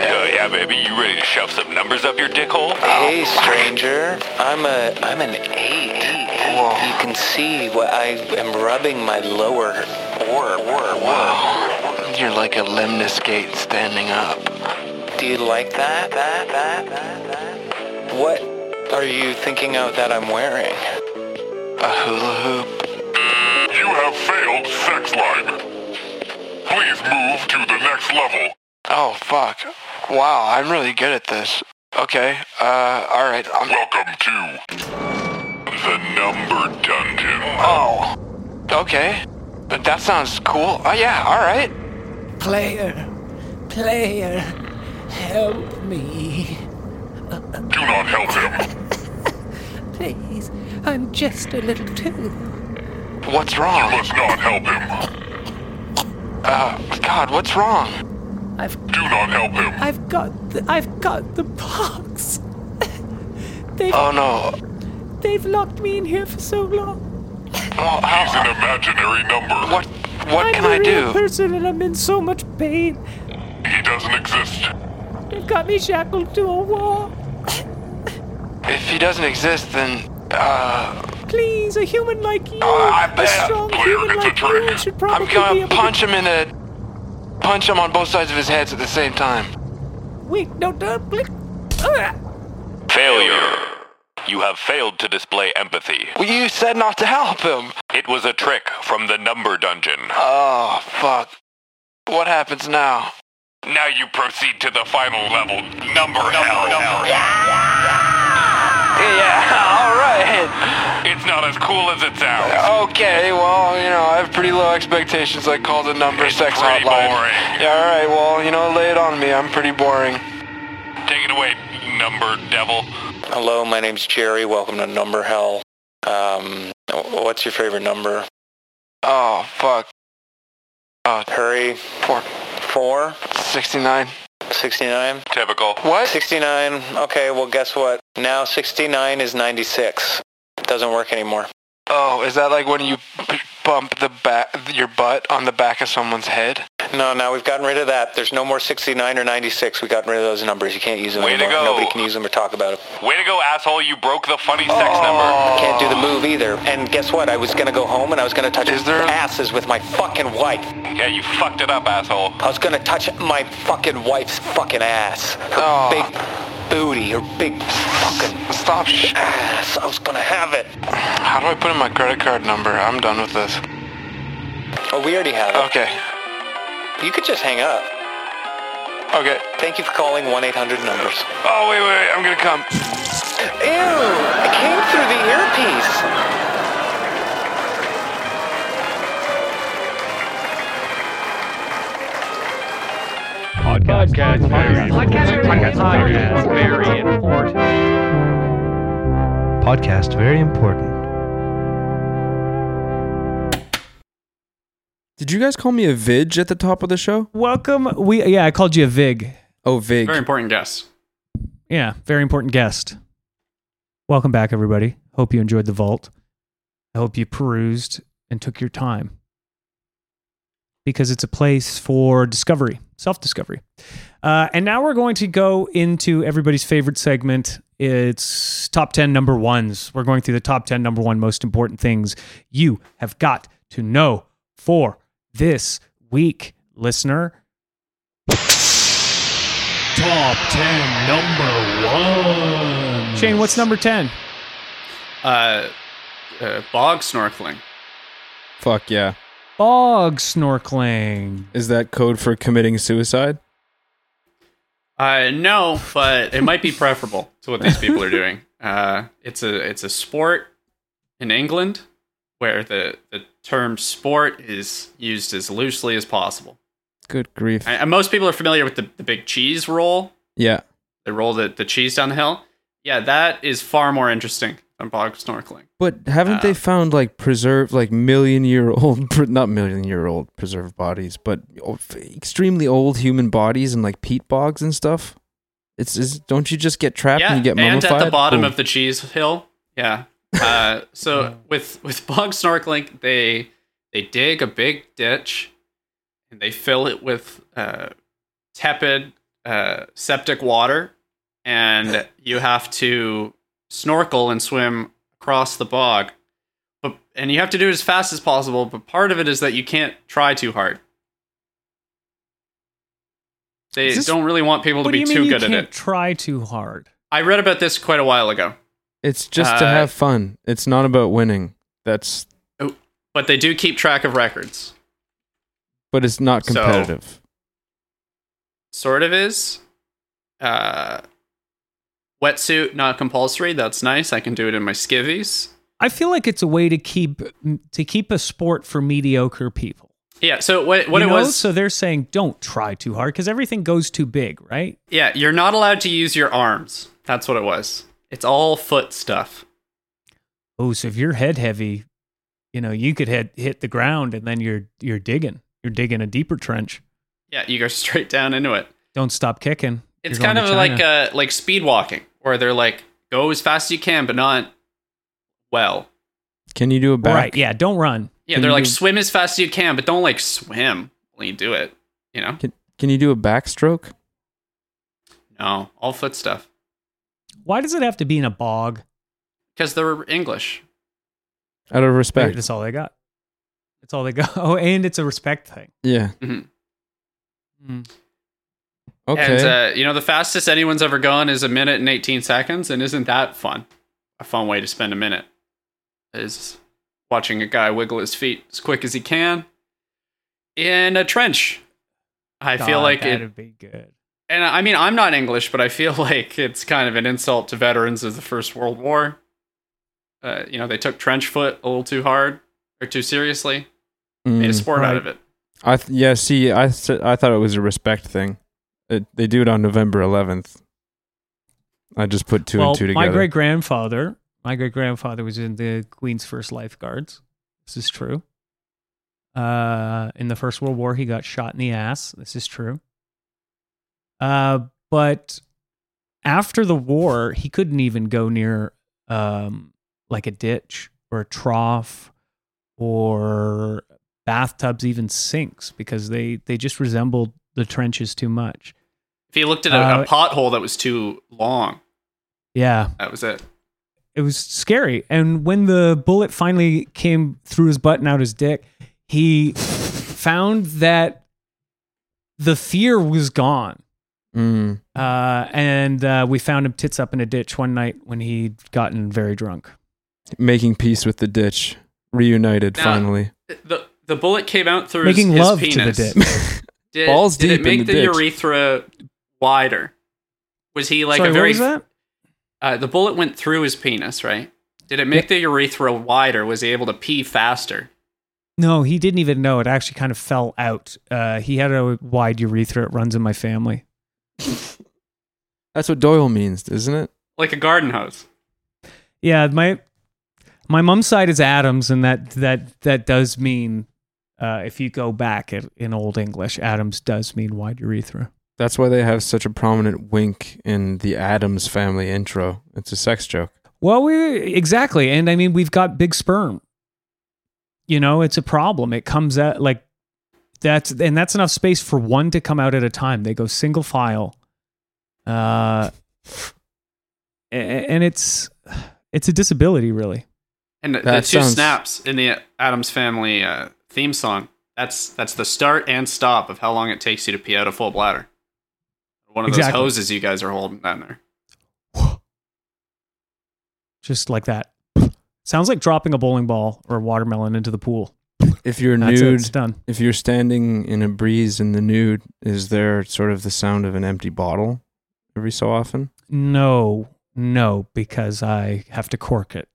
Speaker 6: Oh, yeah, baby, you ready to shove some numbers up your dick hole?
Speaker 4: Hey, stranger. I'm a I'm an eight.
Speaker 5: Whoa.
Speaker 4: You can see what I am rubbing my lower orb. Wow.
Speaker 5: you're like a limniscate standing up.
Speaker 4: Do you like that? That, that, that, that? What are you thinking of that I'm wearing?
Speaker 5: A hula hoop.
Speaker 6: You have failed sex line. Please move to the next level.
Speaker 5: Oh fuck! Wow, I'm really good at this. Okay. Uh, all right. I'm,
Speaker 6: Welcome to the number dungeon.
Speaker 5: oh. Okay. But That sounds cool. Oh yeah. All right.
Speaker 7: Player, player, help me.
Speaker 6: Do not help him.
Speaker 7: Please, I'm just a little too.
Speaker 5: What's wrong?
Speaker 6: Must not help him.
Speaker 5: Uh, God, what's wrong?
Speaker 7: I've,
Speaker 6: Do not help him.
Speaker 7: I've got, the, I've got the pox. they've,
Speaker 5: Oh no.
Speaker 7: they've locked me in here for so long.
Speaker 5: Well, how,
Speaker 6: He's an imaginary number.
Speaker 5: what? What
Speaker 7: I'm
Speaker 5: can
Speaker 7: a
Speaker 5: I do?
Speaker 7: real person and I'm in so much pain.
Speaker 6: He doesn't exist.
Speaker 7: They've got me shackled to a wall.
Speaker 5: If he doesn't exist, then uh,
Speaker 7: Please, a human like you,
Speaker 5: Oh, I
Speaker 7: a
Speaker 5: bet.
Speaker 7: strong
Speaker 6: Player gets
Speaker 7: human
Speaker 6: a
Speaker 7: like you,
Speaker 6: drink.
Speaker 7: should
Speaker 5: I'm
Speaker 7: probably be
Speaker 5: gonna
Speaker 7: able to-
Speaker 5: punch him in the. Punch him on both sides of his heads at the same time.
Speaker 7: Wait, no, don't click. Ah!
Speaker 6: Failure. You have failed to display empathy.
Speaker 5: Well, you said not to help him.
Speaker 6: It was a trick from the number dungeon.
Speaker 5: Oh fuck. What happens now?
Speaker 6: Now you proceed to the final level, number hell.
Speaker 5: Yeah. [laughs] All right.
Speaker 6: It's not as cool as it sounds.
Speaker 5: Okay, well, you know, I have pretty low expectations. I called the number
Speaker 6: It's
Speaker 5: sex
Speaker 6: pretty
Speaker 5: hotline.
Speaker 6: boring.
Speaker 5: Yeah, all right. Well, you know,
Speaker 6: Oh,
Speaker 5: lay it on me. I'm pretty boring.
Speaker 6: Take it away, number devil.
Speaker 4: Hello, my name's Jerry. Welcome to Number Hell. Um, wh- what's your favorite number?
Speaker 5: Oh fuck. Oh,
Speaker 4: Hurry.
Speaker 5: four
Speaker 4: 4,
Speaker 5: sixty-nine.
Speaker 4: 69?
Speaker 6: Typical.
Speaker 5: What?
Speaker 4: 69. Okay, well, guess what? Now 69 is 96. Doesn't work anymore.
Speaker 5: Oh, is that like when you p- bump the back, your butt on the back of someone's head?
Speaker 4: No, no, we've gotten rid of that. There's no more 69 or 96. We've gotten rid of those numbers. You can't use them
Speaker 6: Way to go.
Speaker 4: anymore. Nobody can use them or talk about them.
Speaker 6: Way to go, asshole. You broke the funny sex
Speaker 5: Oh.
Speaker 6: number.
Speaker 4: Can't do the move either. And guess what? I was going to go home and I was going to touch
Speaker 5: Is there-
Speaker 4: asses with my fucking wife.
Speaker 6: Yeah, you fucked it up, asshole.
Speaker 4: I was going to touch my fucking wife's fucking ass. Her
Speaker 5: Oh.
Speaker 4: big booty. Her big fucking
Speaker 5: Stop. Sh-
Speaker 4: ass. I was going to have it.
Speaker 5: How do I put in my credit card number? I'm done with this.
Speaker 4: Oh, we already have it.
Speaker 5: Okay.
Speaker 4: You could just hang up.
Speaker 5: Okay.
Speaker 4: Thank you for calling 1-800-NUMBERS.
Speaker 5: Oh wait, wait, wait. I'm gonna come.
Speaker 4: Ew, it came through the earpiece.
Speaker 8: podcast very important.
Speaker 3: Did Did you guys call me a Vidge at the top of the show?
Speaker 1: Welcome. We yeah, I called you a Vig.
Speaker 3: Oh, Vig.
Speaker 2: Very important guess.
Speaker 1: Yeah, very important guest. Welcome back, everybody. Hope you enjoyed the vault. I hope you perused and took your time because it's a place for discovery, self discovery. Uh, and now we're going to go into everybody's favorite segment. It's top 10 number ones. We're going through the top 10 number one most important things you have got to know for this week, listener. Top 10 number one. Shane, what's number 10?
Speaker 2: Uh, uh, bog snorkeling.
Speaker 3: Fuck yeah.
Speaker 1: Bog snorkeling.
Speaker 3: Is that code for committing suicide?
Speaker 2: Uh, no, but it might be preferable to what these people are doing. Uh, it's a it's a sport in England where the the term sport is used as loosely as possible.
Speaker 3: Good grief.
Speaker 2: And, and most people are familiar with the, the big cheese roll.
Speaker 3: Yeah.
Speaker 2: They roll the, the cheese down the hill. Yeah, that is far more interesting than bog snorkeling.
Speaker 3: But haven't they
Speaker 2: Uh.
Speaker 3: found like preserved, like million year old, pre- [laughs] not million year old preserved bodies, but o- f- extremely old human bodies and like peat bogs and stuff? It's, is don't you just get trapped
Speaker 2: yeah,
Speaker 3: and you get
Speaker 2: and
Speaker 3: mummified?
Speaker 2: at the bottom
Speaker 3: Boom.
Speaker 2: of the cheese hill. Yeah. Uh, so with with bog snorkeling, they they dig a big ditch and they fill it with uh, tepid uh, septic water, and you have to snorkel and swim across the bog. But and you have to do it as fast as possible. But part of it is that you can't try too hard. They
Speaker 1: Is this-
Speaker 2: don't really want people to
Speaker 1: What do
Speaker 2: be
Speaker 1: you mean
Speaker 2: too
Speaker 1: you
Speaker 2: good at
Speaker 1: can't
Speaker 2: it.
Speaker 1: try too hard?
Speaker 2: I read about this quite a while ago,
Speaker 3: It's just to
Speaker 2: Uh,
Speaker 3: have fun. It's not about winning. That's
Speaker 2: but they do keep track of records.
Speaker 3: but it's not
Speaker 2: So-
Speaker 3: competitive.
Speaker 2: Sort of is. Uh, wetsuit not compulsory. That's nice. I can do it in my skivvies.
Speaker 1: I feel like it's a way to keep to keep a sport for mediocre people.
Speaker 2: Yeah. So what what
Speaker 1: You
Speaker 2: it
Speaker 1: know?
Speaker 2: was?
Speaker 1: So they're saying don't try too hard because everything goes too big, right?
Speaker 2: yeah, you're not allowed to use your arms. That's what it was. It's all foot stuff.
Speaker 1: Oh, so if you're head heavy, you know you could head, hit the ground and then you're you're digging. You're digging a deeper trench.
Speaker 2: Yeah, you go [laughs] straight down into it.
Speaker 1: Don't stop kicking.
Speaker 2: It's
Speaker 1: You're going
Speaker 2: kind of
Speaker 1: to
Speaker 2: like
Speaker 1: China.
Speaker 2: uh like speed walking, where they're like go as fast as you can, but not well.
Speaker 3: Can you do a back?
Speaker 1: right. Yeah. Don't run.
Speaker 2: Yeah,
Speaker 3: Can
Speaker 2: they're
Speaker 3: you
Speaker 2: like
Speaker 3: do-
Speaker 2: swim as fast as you can, but don't like swim when you do it. You know?
Speaker 3: Can, can you do a backstroke?
Speaker 2: No, all foot stuff.
Speaker 1: Why does it have to be in a bog?
Speaker 2: Because they're English.
Speaker 3: Out of
Speaker 1: Wait,
Speaker 3: respect.
Speaker 1: That's all they got. That's all they got. [laughs] Oh, and it's a respect thing.
Speaker 3: yeah. Mm.
Speaker 2: Mhm.
Speaker 3: Okay.
Speaker 2: And uh, you know, the fastest anyone's ever gone is a minute and 18 seconds, and isn't that fun? A fun way to spend a minute is watching a guy wiggle his feet as quick as he can in a trench. I feel
Speaker 1: God,
Speaker 2: like it,
Speaker 1: that'd be good.
Speaker 2: and I mean, I'm not English, but I feel [laughs] like it's kind of an insult to veterans of the First World War. Uh, you know, they took trench foot a little too hard or too seriously,
Speaker 3: Mm.
Speaker 2: made a sport out
Speaker 1: Right.
Speaker 2: of it.
Speaker 3: I th- yeah, see, I th- I thought it was a respect thing. It, they do it on November 11th. I just put two
Speaker 1: well,
Speaker 3: and two together.
Speaker 1: My great grandfather, my great grandfather was in the Queen's first lifeguards. This is true. Uh, in the First World War, he got shot in the ass. This is true. Uh, but after the war, he couldn't even go near um, like a ditch or a trough or bathtubs, even sinks, because they they just resembled the trenches too much.
Speaker 2: If he looked at a,
Speaker 1: Uh,
Speaker 2: a pothole that was too long,
Speaker 1: Yeah,
Speaker 2: that was it.
Speaker 1: it was scary. And when the bullet finally came through his butt and out his dick, he found that the fear was gone.
Speaker 3: Mm.
Speaker 1: Uh, and uh, we found him tits up in a ditch one night when he'd gotten very drunk.
Speaker 3: Making peace with the ditch. Reunited
Speaker 2: Now-
Speaker 3: finally.
Speaker 2: The the bullet came out through
Speaker 1: Making
Speaker 2: his, his
Speaker 1: love to the
Speaker 2: penis.
Speaker 1: ditch.
Speaker 2: Did,
Speaker 3: Balls
Speaker 2: did
Speaker 3: deep
Speaker 2: it
Speaker 3: in
Speaker 2: make
Speaker 3: the
Speaker 2: the,
Speaker 3: ditch.
Speaker 2: urethra wider? Was he like
Speaker 1: Sorry,
Speaker 2: a very
Speaker 1: what was that?
Speaker 2: Uh, the bullet went through his penis, right? Did it make the urethra wider? Was he able to pee faster?
Speaker 1: No, he didn't even know. It actually kind of fell out. Uh, he had a wide urethra. It runs in my family.
Speaker 3: That's what Doyle means, isn't it?
Speaker 2: Like a garden hose.
Speaker 1: Yeah, my my mom's side is Adams, and that that that does mean Uh, if you go back it, in Old English, Adams does mean wide urethra.
Speaker 3: That's why they have such a prominent wink in the Adams family intro. It's a sex joke.
Speaker 1: Well, we exactly, and I mean we've got big sperm. You know, it's a problem. It comes out like that's and that's enough space for one to come out at a time. They go single file, uh, a- and it's it's a disability, really.
Speaker 2: And the- the
Speaker 3: That
Speaker 2: two
Speaker 3: sounds-
Speaker 2: snaps in the Adams Family uh, theme song. That's that's the start and stop of how long it takes you to pee out a full bladder. One of
Speaker 1: Exactly.
Speaker 2: those hoses you guys are holding down there.
Speaker 1: Just like that. Sounds like dropping a bowling ball or a watermelon into the pool.
Speaker 3: If you're
Speaker 1: That's it.
Speaker 3: nude,
Speaker 1: It's done.
Speaker 3: if you're standing in a breeze in the nude, is there sort of the sound of an empty bottle every so often?
Speaker 1: No, no, because I have to cork it.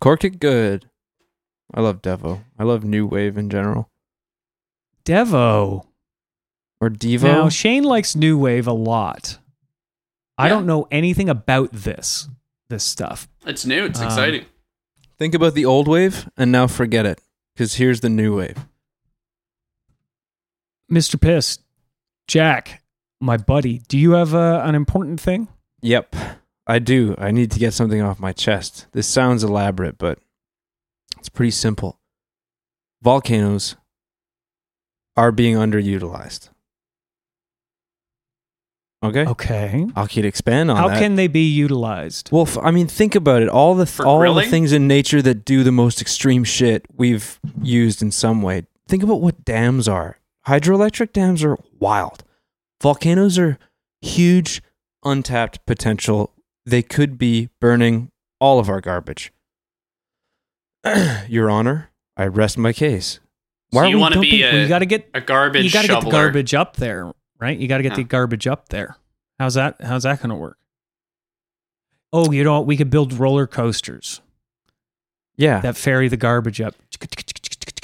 Speaker 3: Cork it good. I love Devo. I love new wave in general.
Speaker 1: Devo.
Speaker 3: Or Devo.
Speaker 1: Now Shane likes new wave a lot. I
Speaker 2: Yeah.
Speaker 1: don't know anything about this this stuff.
Speaker 2: It's new. It's
Speaker 1: Um,
Speaker 2: exciting.
Speaker 3: Think about the old wave and now forget it because here's the new wave.
Speaker 1: Mr. Piss, Jack, my buddy, do you have uh, an important thing?
Speaker 3: Yep, I do. I need to get something off my chest. This sounds elaborate, but it's pretty simple. Volcanoes are being underutilized. Okay,
Speaker 1: Okay.
Speaker 3: I'll keep expand on
Speaker 1: How
Speaker 3: that.
Speaker 1: can they be utilized?
Speaker 3: well, f- I mean, think about it. All the th-
Speaker 2: For
Speaker 3: all
Speaker 2: grilling?
Speaker 3: the things in nature that do the most extreme shit we've used in some way. Think about what dams are. Hydroelectric dams are wild. Volcanoes are huge, untapped potential. They could be burning all of our garbage. [clears throat] Your Honor, I rest my case.
Speaker 2: So
Speaker 3: are
Speaker 2: you
Speaker 3: we
Speaker 2: want to be
Speaker 3: dumping-
Speaker 1: Well, you
Speaker 2: a,
Speaker 1: got to get
Speaker 2: a garbage
Speaker 1: you got to get the
Speaker 2: shoveler?
Speaker 1: garbage up there, right? You got to get the
Speaker 2: Yeah.
Speaker 1: garbage up there. How's that? How's that going to work? Oh, you know what? We could build roller coasters
Speaker 3: yeah.
Speaker 1: that ferry the garbage up.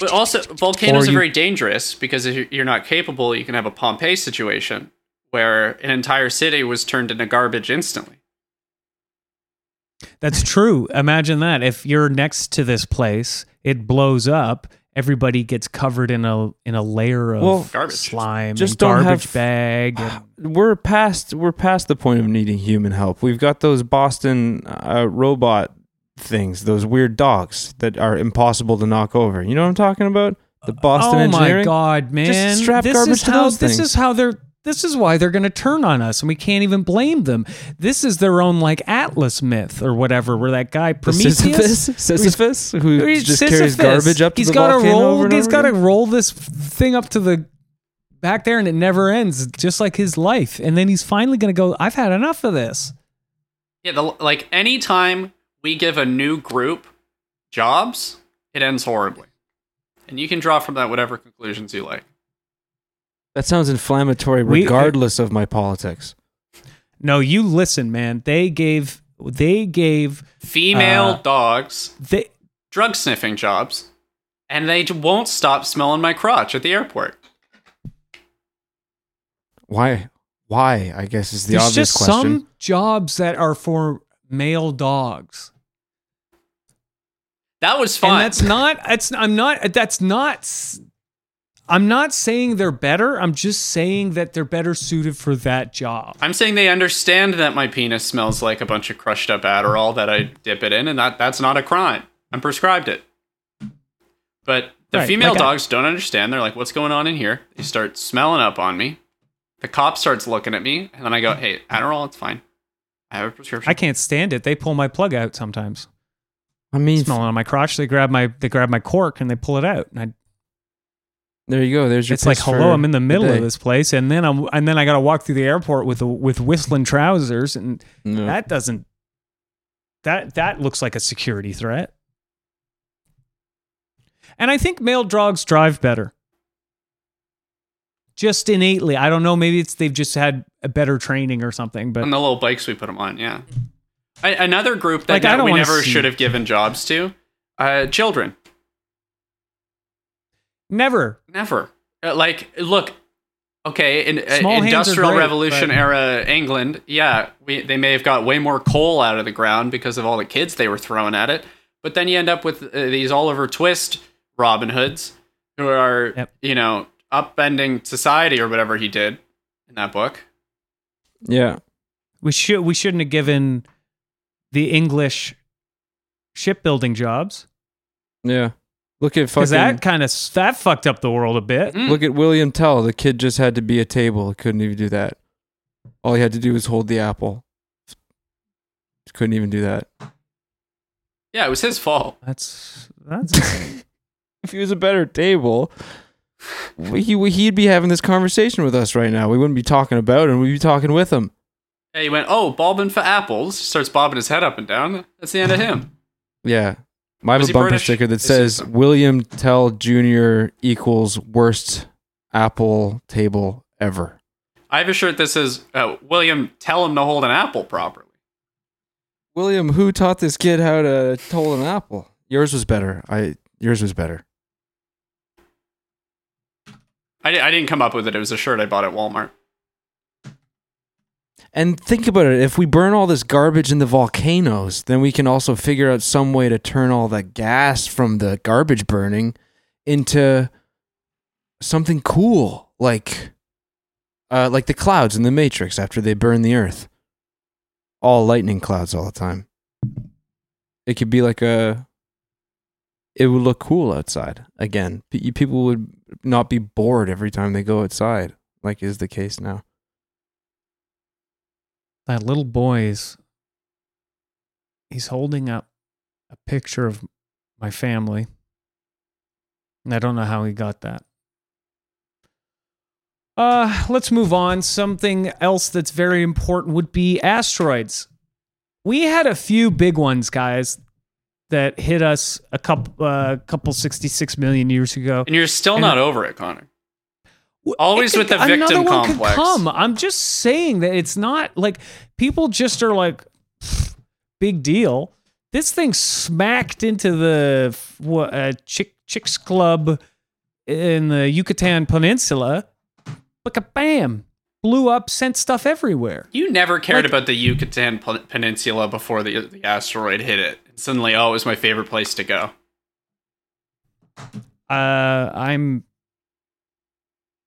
Speaker 2: But also, volcanoes
Speaker 3: Or
Speaker 2: are
Speaker 3: you-
Speaker 2: very dangerous because if you're- you're not capable, you can have a Pompeii situation where an entire city was turned into garbage instantly.
Speaker 1: That's true. Imagine that. If you're next to this place, it blows up. Everybody gets covered in a in a layer of
Speaker 3: Well,
Speaker 2: Garbage.
Speaker 1: slime,
Speaker 3: just
Speaker 1: and
Speaker 3: don't
Speaker 1: garbage
Speaker 3: have-
Speaker 1: bag. and-
Speaker 3: we're past we're past the point of needing human help. We've got those Boston uh, robot things, those weird dogs that are impossible to knock over. You know what I'm talking about? The Boston
Speaker 1: oh
Speaker 3: engineering.
Speaker 1: my god, man!
Speaker 3: strap
Speaker 1: this
Speaker 3: garbage
Speaker 1: is
Speaker 3: to
Speaker 1: how
Speaker 3: those
Speaker 1: this
Speaker 3: things.
Speaker 1: is how they're this is why they're going to turn on us, and we can't even blame them. This is their own like Atlas myth or whatever, where that guy
Speaker 3: The
Speaker 1: Prometheus. [laughs]
Speaker 3: Sisyphus, Sisyphus, who
Speaker 1: He's
Speaker 3: just
Speaker 1: Sisyphus.
Speaker 3: carries garbage up to
Speaker 1: He's
Speaker 3: the
Speaker 1: gotta
Speaker 3: volcano
Speaker 1: roll.
Speaker 3: over and
Speaker 1: he's
Speaker 3: over
Speaker 1: got to
Speaker 3: again?
Speaker 1: roll this thing up to the back there, and it never ends, just like his life. And then he's finally going to go. I've had enough of this.
Speaker 2: Yeah, the, like anytime we give a new group jobs, it ends horribly. And you can draw from that whatever conclusions you like.
Speaker 3: That sounds inflammatory,
Speaker 1: We-
Speaker 3: regardless of my politics.
Speaker 1: No, you listen, man. They gave. They gave.
Speaker 2: Female
Speaker 1: Uh,
Speaker 2: dogs,
Speaker 1: They.
Speaker 2: drug sniffing jobs, and they won't stop smelling my crotch at the airport.
Speaker 3: Why? Why? I guess is the
Speaker 1: there's
Speaker 3: obvious
Speaker 1: just
Speaker 3: question.
Speaker 1: some jobs that are for male dogs.
Speaker 2: That was fine.
Speaker 1: And that's not. That's I'm not. That's not. s- I'm not saying they're better. I'm just saying that they're better suited for that job.
Speaker 2: I'm saying they understand that my penis smells like a bunch of crushed up Adderall that I dip it in, and that that's not a crime. I'm prescribed it. But the
Speaker 1: Right,
Speaker 2: female
Speaker 1: like I-
Speaker 2: dogs don't understand. They're like, "What's going on in here?" They start smelling up on me. The cop starts looking at me, and then I go, "Hey, Adderall, it's fine. I have a prescription."
Speaker 1: I can't stand it. They pull my plug out sometimes.
Speaker 3: I mean,
Speaker 1: smelling on my crotch. They grab my they grab my cork and they pull it out. And I,
Speaker 3: there you go. There's your.
Speaker 1: it's like,
Speaker 3: piss
Speaker 1: hello,
Speaker 3: for
Speaker 1: I'm in the middle
Speaker 3: day.
Speaker 1: of this place, and then I'm and then I got to walk through the airport with a, with whistling trousers, and
Speaker 3: No.
Speaker 1: that doesn't that that looks like a security threat. And I think male dogs drive better. Just innately, I don't know. Maybe it's they've just had a better training or something. But
Speaker 2: on the little bikes we put them on, yeah. I, another group that
Speaker 1: Like, I
Speaker 2: ne-
Speaker 1: don't
Speaker 2: we
Speaker 1: wanna
Speaker 2: never
Speaker 1: see-
Speaker 2: should have given jobs to: uh, children.
Speaker 1: never
Speaker 2: Never. Uh, like, look, okay, in uh,
Speaker 1: Small hands are
Speaker 2: industrial
Speaker 1: great,
Speaker 2: revolution
Speaker 1: but-
Speaker 2: era England, yeah, we, they may have got way more coal out of the ground because of all the kids they were throwing at it. But then you end up with uh, these Oliver Twist Robin Hoods who are,
Speaker 1: Yep.
Speaker 2: you know, upending society or whatever he did in that book.
Speaker 3: Yeah.
Speaker 1: We should we shouldn't have given the English shipbuilding jobs
Speaker 3: Yeah. Look at fucking
Speaker 1: because that kind of that fucked up the world a bit.
Speaker 2: Mm.
Speaker 3: Look at William Tell. The kid just had to be a table. Couldn't even do that. All he had to do was hold the apple. Couldn't even do that.
Speaker 2: Yeah, it was his fault.
Speaker 1: That's that's
Speaker 3: If he was a better table, we- he he'd be having this conversation with us right now. We wouldn't be talking about him. We'd be talking with him.
Speaker 2: Yeah, he went, oh, bobbing for apples. Starts bobbing his head up and down. That's the end of him.
Speaker 3: Yeah. I have
Speaker 2: Was he
Speaker 3: a bumper
Speaker 2: British?
Speaker 3: sticker that
Speaker 2: Is he
Speaker 3: says
Speaker 2: from-
Speaker 3: William Tell Jr. equals worst apple table ever.
Speaker 2: I have a shirt that says, uh, William, tell him to hold an apple properly.
Speaker 3: William, who taught this kid how to hold an apple? Yours was better. I yours was better.
Speaker 2: I, di- I didn't come up with it. It was a shirt I bought at Walmart.
Speaker 3: And think about it. If we burn all this garbage in the volcanoes, then we can also figure out some way to turn all the gas from the garbage burning into something cool, like uh, like the clouds in the Matrix after they burn the Earth. All lightning clouds all the time. It could be like a. It would look cool outside again. P- you- People would not be bored every time they go outside, like is the case now.
Speaker 1: that little boy is he's holding up a picture of my family and i don't know how he got that uh let's move on something else that's very important would be asteroids we had a few big ones guys that hit us a couple uh, couple 66 million years ago
Speaker 2: And you're still
Speaker 1: And-
Speaker 2: not over it, Connor.
Speaker 1: W-
Speaker 2: Always
Speaker 1: it
Speaker 2: with the victim
Speaker 1: another one
Speaker 2: complex.
Speaker 1: Could come. I'm just saying that it's not like people just are like "Pfft, big deal. This thing smacked into the f- wha- uh, chick chicks club in the Yucatan Peninsula. Like a bam, blew up, sent stuff everywhere.
Speaker 2: You never cared
Speaker 1: Like-
Speaker 2: about the Yucatan Pen- Peninsula before the, the asteroid hit it. And suddenly, oh, it was my favorite place to go.
Speaker 1: Uh, I'm,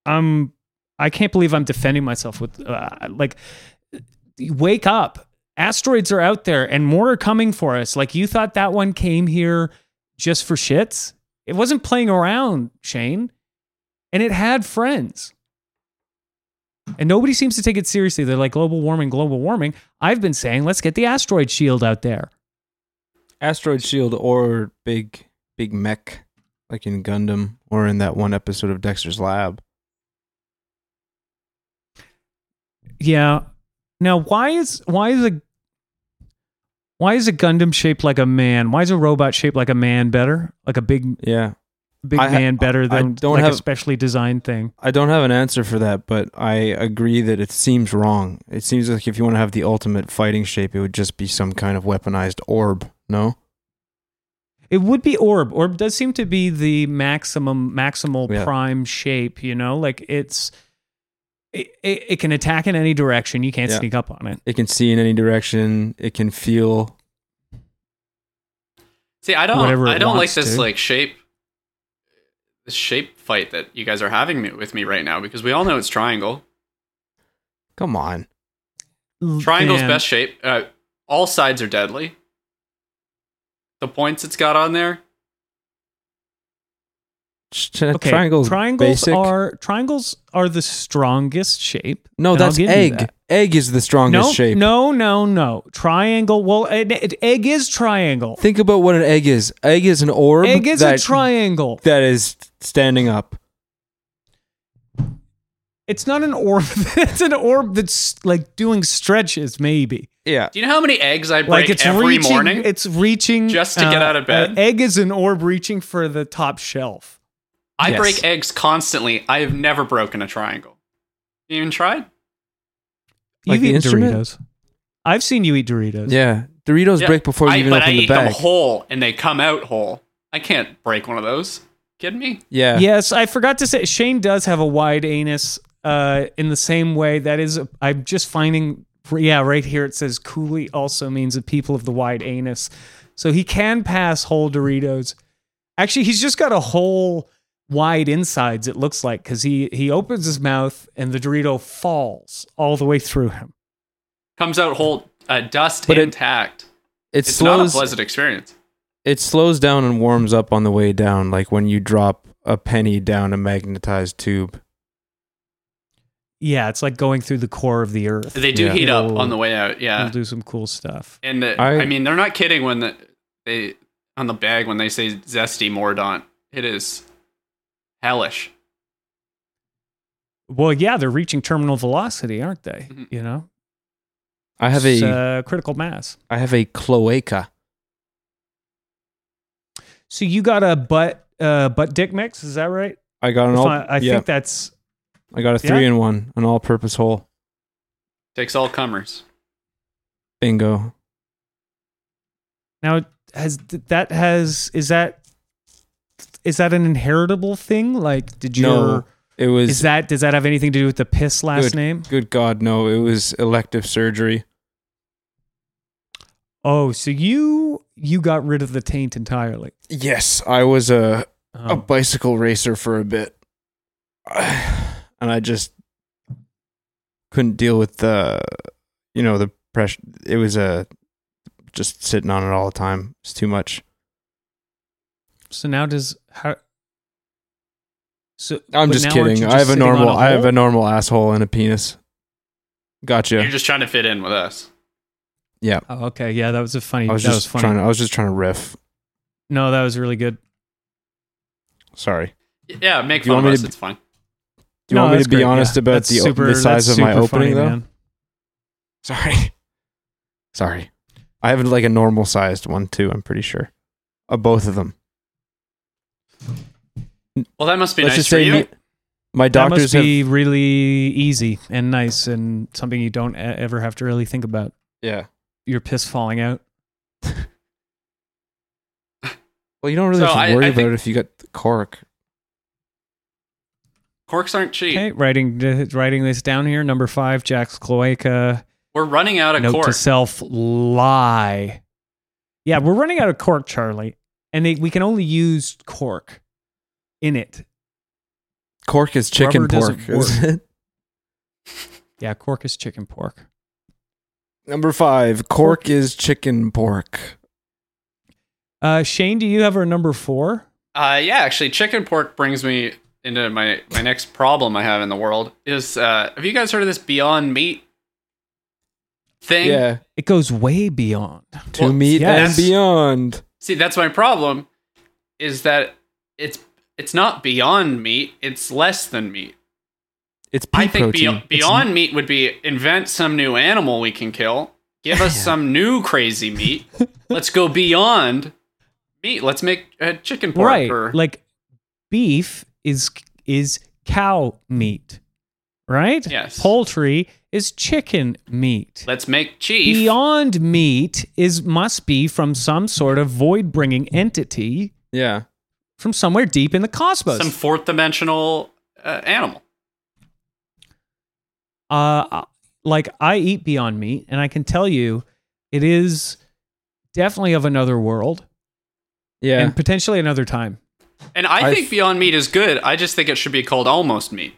Speaker 1: I'm, I can't believe I'm defending myself with uh, like, wake up! Asteroids are out there, and more are coming for us. Like you thought that one came here just for shits. It wasn't playing around, Shane, and it had friends. And nobody seems to take it seriously. They're like global warming, global warming. I've been saying, let's get the asteroid shield out there.
Speaker 3: asteroid shield or big big mech like in gundam or in that one episode of dexter's lab
Speaker 1: Yeah. Now, why is why is a why is a Gundam shaped like a man? Why is a robot shaped like a man better? Like a big
Speaker 3: yeah
Speaker 1: big
Speaker 3: I ha-
Speaker 1: man better
Speaker 3: I
Speaker 1: than
Speaker 3: don't
Speaker 1: like
Speaker 3: have-
Speaker 1: a specially designed thing?
Speaker 3: i don't have an answer for that but i agree that it seems wrong it seems like if you want to have the ultimate fighting shape it would just be some kind of weaponized orb no
Speaker 1: It would be orb. Orb does seem to be the maximum maximal
Speaker 3: Yeah.
Speaker 1: prime shape. You know, like it's it, it, it can attack in any direction. You can't
Speaker 3: Yeah.
Speaker 1: sneak up on it.
Speaker 3: it can see in any direction it can feel
Speaker 2: See, I don't,
Speaker 1: Whatever it
Speaker 2: I don't like
Speaker 1: wants
Speaker 2: this
Speaker 1: to.
Speaker 2: like shape, this shape fight that you guys are having me, with me right now because we all know it's triangle.
Speaker 3: come on
Speaker 1: L-
Speaker 2: Triangle's
Speaker 1: man.
Speaker 2: best shape. Uh, all sides are deadly. The points it's got on there.
Speaker 3: Ch- triangles
Speaker 1: triangles
Speaker 3: basic.
Speaker 1: are triangles are the strongest shape.
Speaker 3: no
Speaker 1: and I'll
Speaker 3: that's
Speaker 1: give you
Speaker 3: egg
Speaker 1: that.
Speaker 3: egg is the strongest
Speaker 1: no,
Speaker 3: shape
Speaker 1: No, no, no. Triangle. Well, an an egg is triangle.
Speaker 3: think about what an egg is egg is an orb
Speaker 1: Egg is a
Speaker 3: that-
Speaker 1: triangle.
Speaker 3: that is standing up
Speaker 1: It's not an orb. [laughs] it's an orb that's like doing stretches, maybe.
Speaker 3: Yeah.
Speaker 2: Do you know how many eggs I break
Speaker 1: Like it's
Speaker 2: every
Speaker 1: reaching.
Speaker 2: morning?
Speaker 1: It's reaching
Speaker 2: Just to get out of bed?
Speaker 1: an egg is an orb reaching for the top shelf.
Speaker 2: I
Speaker 3: Yes.
Speaker 2: break eggs constantly. I have never broken a triangle. You even tried?
Speaker 3: Like
Speaker 1: You've
Speaker 3: the
Speaker 1: eaten
Speaker 3: instrument?
Speaker 1: Doritos. I've seen you eat Doritos.
Speaker 3: Yeah. Doritos
Speaker 2: Yeah,
Speaker 3: break before
Speaker 2: I,
Speaker 3: you even
Speaker 2: but
Speaker 3: open
Speaker 2: I
Speaker 3: the
Speaker 2: eat
Speaker 3: bag.
Speaker 2: them whole and they come out whole. I can't break one of those. Kidding me?
Speaker 3: yeah.
Speaker 1: Yes, I forgot to say Shane does have a wide anus. Uh, in the same way that is, I'm just finding. Yeah, right here it says "coolly" also means the people of the wide anus, so he can pass whole Doritos. Actually, he's just got a whole wide insides. It looks like because he he opens his mouth and the Dorito falls all the way through him.
Speaker 2: Comes out whole, uh, dust
Speaker 3: But it-
Speaker 2: intact.
Speaker 3: It
Speaker 2: It's not a
Speaker 3: slows.
Speaker 2: pleasant experience.
Speaker 3: it slows down and warms up on the way down, like when you drop a penny down a magnetized tube.
Speaker 1: Yeah, it's like going through the core of the earth.
Speaker 2: They do
Speaker 3: Yeah. Mm.
Speaker 2: heat up
Speaker 1: It'll-
Speaker 2: on the way out.
Speaker 1: He'll
Speaker 3: uh,
Speaker 2: Yeah,
Speaker 1: do some cool stuff.
Speaker 2: and the, I,
Speaker 3: I-
Speaker 2: mean they're not kidding when the, they on the bag when they say zesty mordant. It is hellish.
Speaker 1: Well, yeah, they're reaching terminal velocity, aren't they?
Speaker 2: Mhm.
Speaker 1: You know,
Speaker 3: Mm-hmm. I have
Speaker 1: It's,
Speaker 3: a I
Speaker 1: uh, critical mass.
Speaker 3: have a cloaca.
Speaker 1: So you got a butt uh, butt dick mix? Is that right?
Speaker 3: I got an
Speaker 1: If
Speaker 3: all.
Speaker 1: I, I
Speaker 3: yeah,
Speaker 1: think that's
Speaker 3: I got a
Speaker 1: yeah.
Speaker 3: three in one, an all-purpose hole.
Speaker 2: Takes all comers.
Speaker 3: Bingo.
Speaker 1: now has that has is that is that an inheritable thing? Like, did you?
Speaker 3: No, it was.
Speaker 1: Is that does that have anything to do with the piss last name?
Speaker 3: Good God, no! It was elective surgery.
Speaker 1: Oh, so you you got rid of the taint entirely.
Speaker 3: Yes, I was a a
Speaker 1: Um,
Speaker 3: bicycle racer for a bit, [sighs] and I just couldn't deal with the, you know, the pressure. It was a just sitting on it all the time. It's too much.
Speaker 1: so now does how? So
Speaker 3: I'm
Speaker 1: but
Speaker 3: just
Speaker 1: Oh, now aren't you
Speaker 3: kidding. I have a
Speaker 1: sitting on
Speaker 3: normal. I have
Speaker 1: hole?
Speaker 3: a normal asshole and a penis. Gotcha.
Speaker 2: You're just trying to fit in with us.
Speaker 3: yeah,
Speaker 1: Oh, okay, yeah, that was a funny.
Speaker 3: I was
Speaker 1: that was
Speaker 3: just
Speaker 1: funny.
Speaker 3: trying. To, I was just trying to riff.
Speaker 1: no, that was really good.
Speaker 3: Sorry.
Speaker 2: Yeah, make
Speaker 3: You
Speaker 2: fun of
Speaker 3: want me
Speaker 2: us.
Speaker 3: to-
Speaker 2: It's fine.
Speaker 3: Do you
Speaker 1: No,
Speaker 3: want me
Speaker 1: that's
Speaker 3: to be
Speaker 1: great,
Speaker 3: honest
Speaker 1: yeah.
Speaker 3: about
Speaker 1: That's
Speaker 3: the,
Speaker 1: super-
Speaker 3: the size
Speaker 1: that's
Speaker 3: of my
Speaker 1: super funny,
Speaker 3: opening though?
Speaker 1: man.
Speaker 3: [laughs] Sorry. Sorry. I have like a normal sized one too, I'm pretty sure. Of both of them.
Speaker 2: Well, that must be nice for you.
Speaker 3: me- my
Speaker 1: That
Speaker 3: doctors
Speaker 1: must
Speaker 3: have
Speaker 1: be really easy and nice and something you don't e- ever have to really think about.
Speaker 3: Yeah.
Speaker 1: Your piss falling out.
Speaker 3: Well, you don't really
Speaker 2: So
Speaker 3: have to
Speaker 2: I-
Speaker 3: worry
Speaker 2: I
Speaker 3: about
Speaker 2: think-
Speaker 3: it if you got the cork.
Speaker 2: Corks aren't cheap.
Speaker 1: Okay, writing writing this down here. Number five, Jack's cloaca.
Speaker 2: We're running out of
Speaker 1: note to
Speaker 2: corks.
Speaker 1: self lie. Yeah, we're running out of cork, Charlie, and they, we can only use cork in it.
Speaker 3: Cork is chicken
Speaker 1: Rubber doesn't
Speaker 3: pork, isn't [laughs] it?
Speaker 1: Yeah, cork is chicken pork.
Speaker 3: Number five, cork, is chicken pork.
Speaker 1: Uh, Shane, do you have our number four?
Speaker 2: Uh, yeah, actually, chicken pork brings me into my my next problem I have in the world is uh, have you guys heard of this Beyond Meat thing?
Speaker 3: Yeah.
Speaker 1: It goes way beyond.
Speaker 3: To
Speaker 2: Well,
Speaker 3: meat
Speaker 1: yes.
Speaker 3: and beyond.
Speaker 2: See, that's my problem is that it's it's not beyond meat; it's less than meat.
Speaker 3: It's pea
Speaker 2: I think
Speaker 3: protein.
Speaker 2: be- beyond meat would be invent some new animal we can kill. Give us some new
Speaker 1: [laughs]
Speaker 2: crazy meat. Let's go beyond meat. Let's make uh, chicken pork.
Speaker 1: right,
Speaker 2: Or,
Speaker 1: like beef is is cow meat, right?
Speaker 2: Yes.
Speaker 1: Poultry is chicken meat.
Speaker 2: let's make chief.
Speaker 1: Beyond meat is must be from some sort of void bringing entity
Speaker 3: yeah.
Speaker 1: from somewhere deep in the cosmos.
Speaker 2: some fourth dimensional uh, animal.
Speaker 1: uh, like I eat Beyond Meat, and I can tell you, it is definitely of another world
Speaker 3: Yeah.
Speaker 1: and potentially another time.
Speaker 2: And I
Speaker 3: I
Speaker 2: think
Speaker 3: f-
Speaker 2: Beyond Meat is good. I just think it should be called Almost Meat.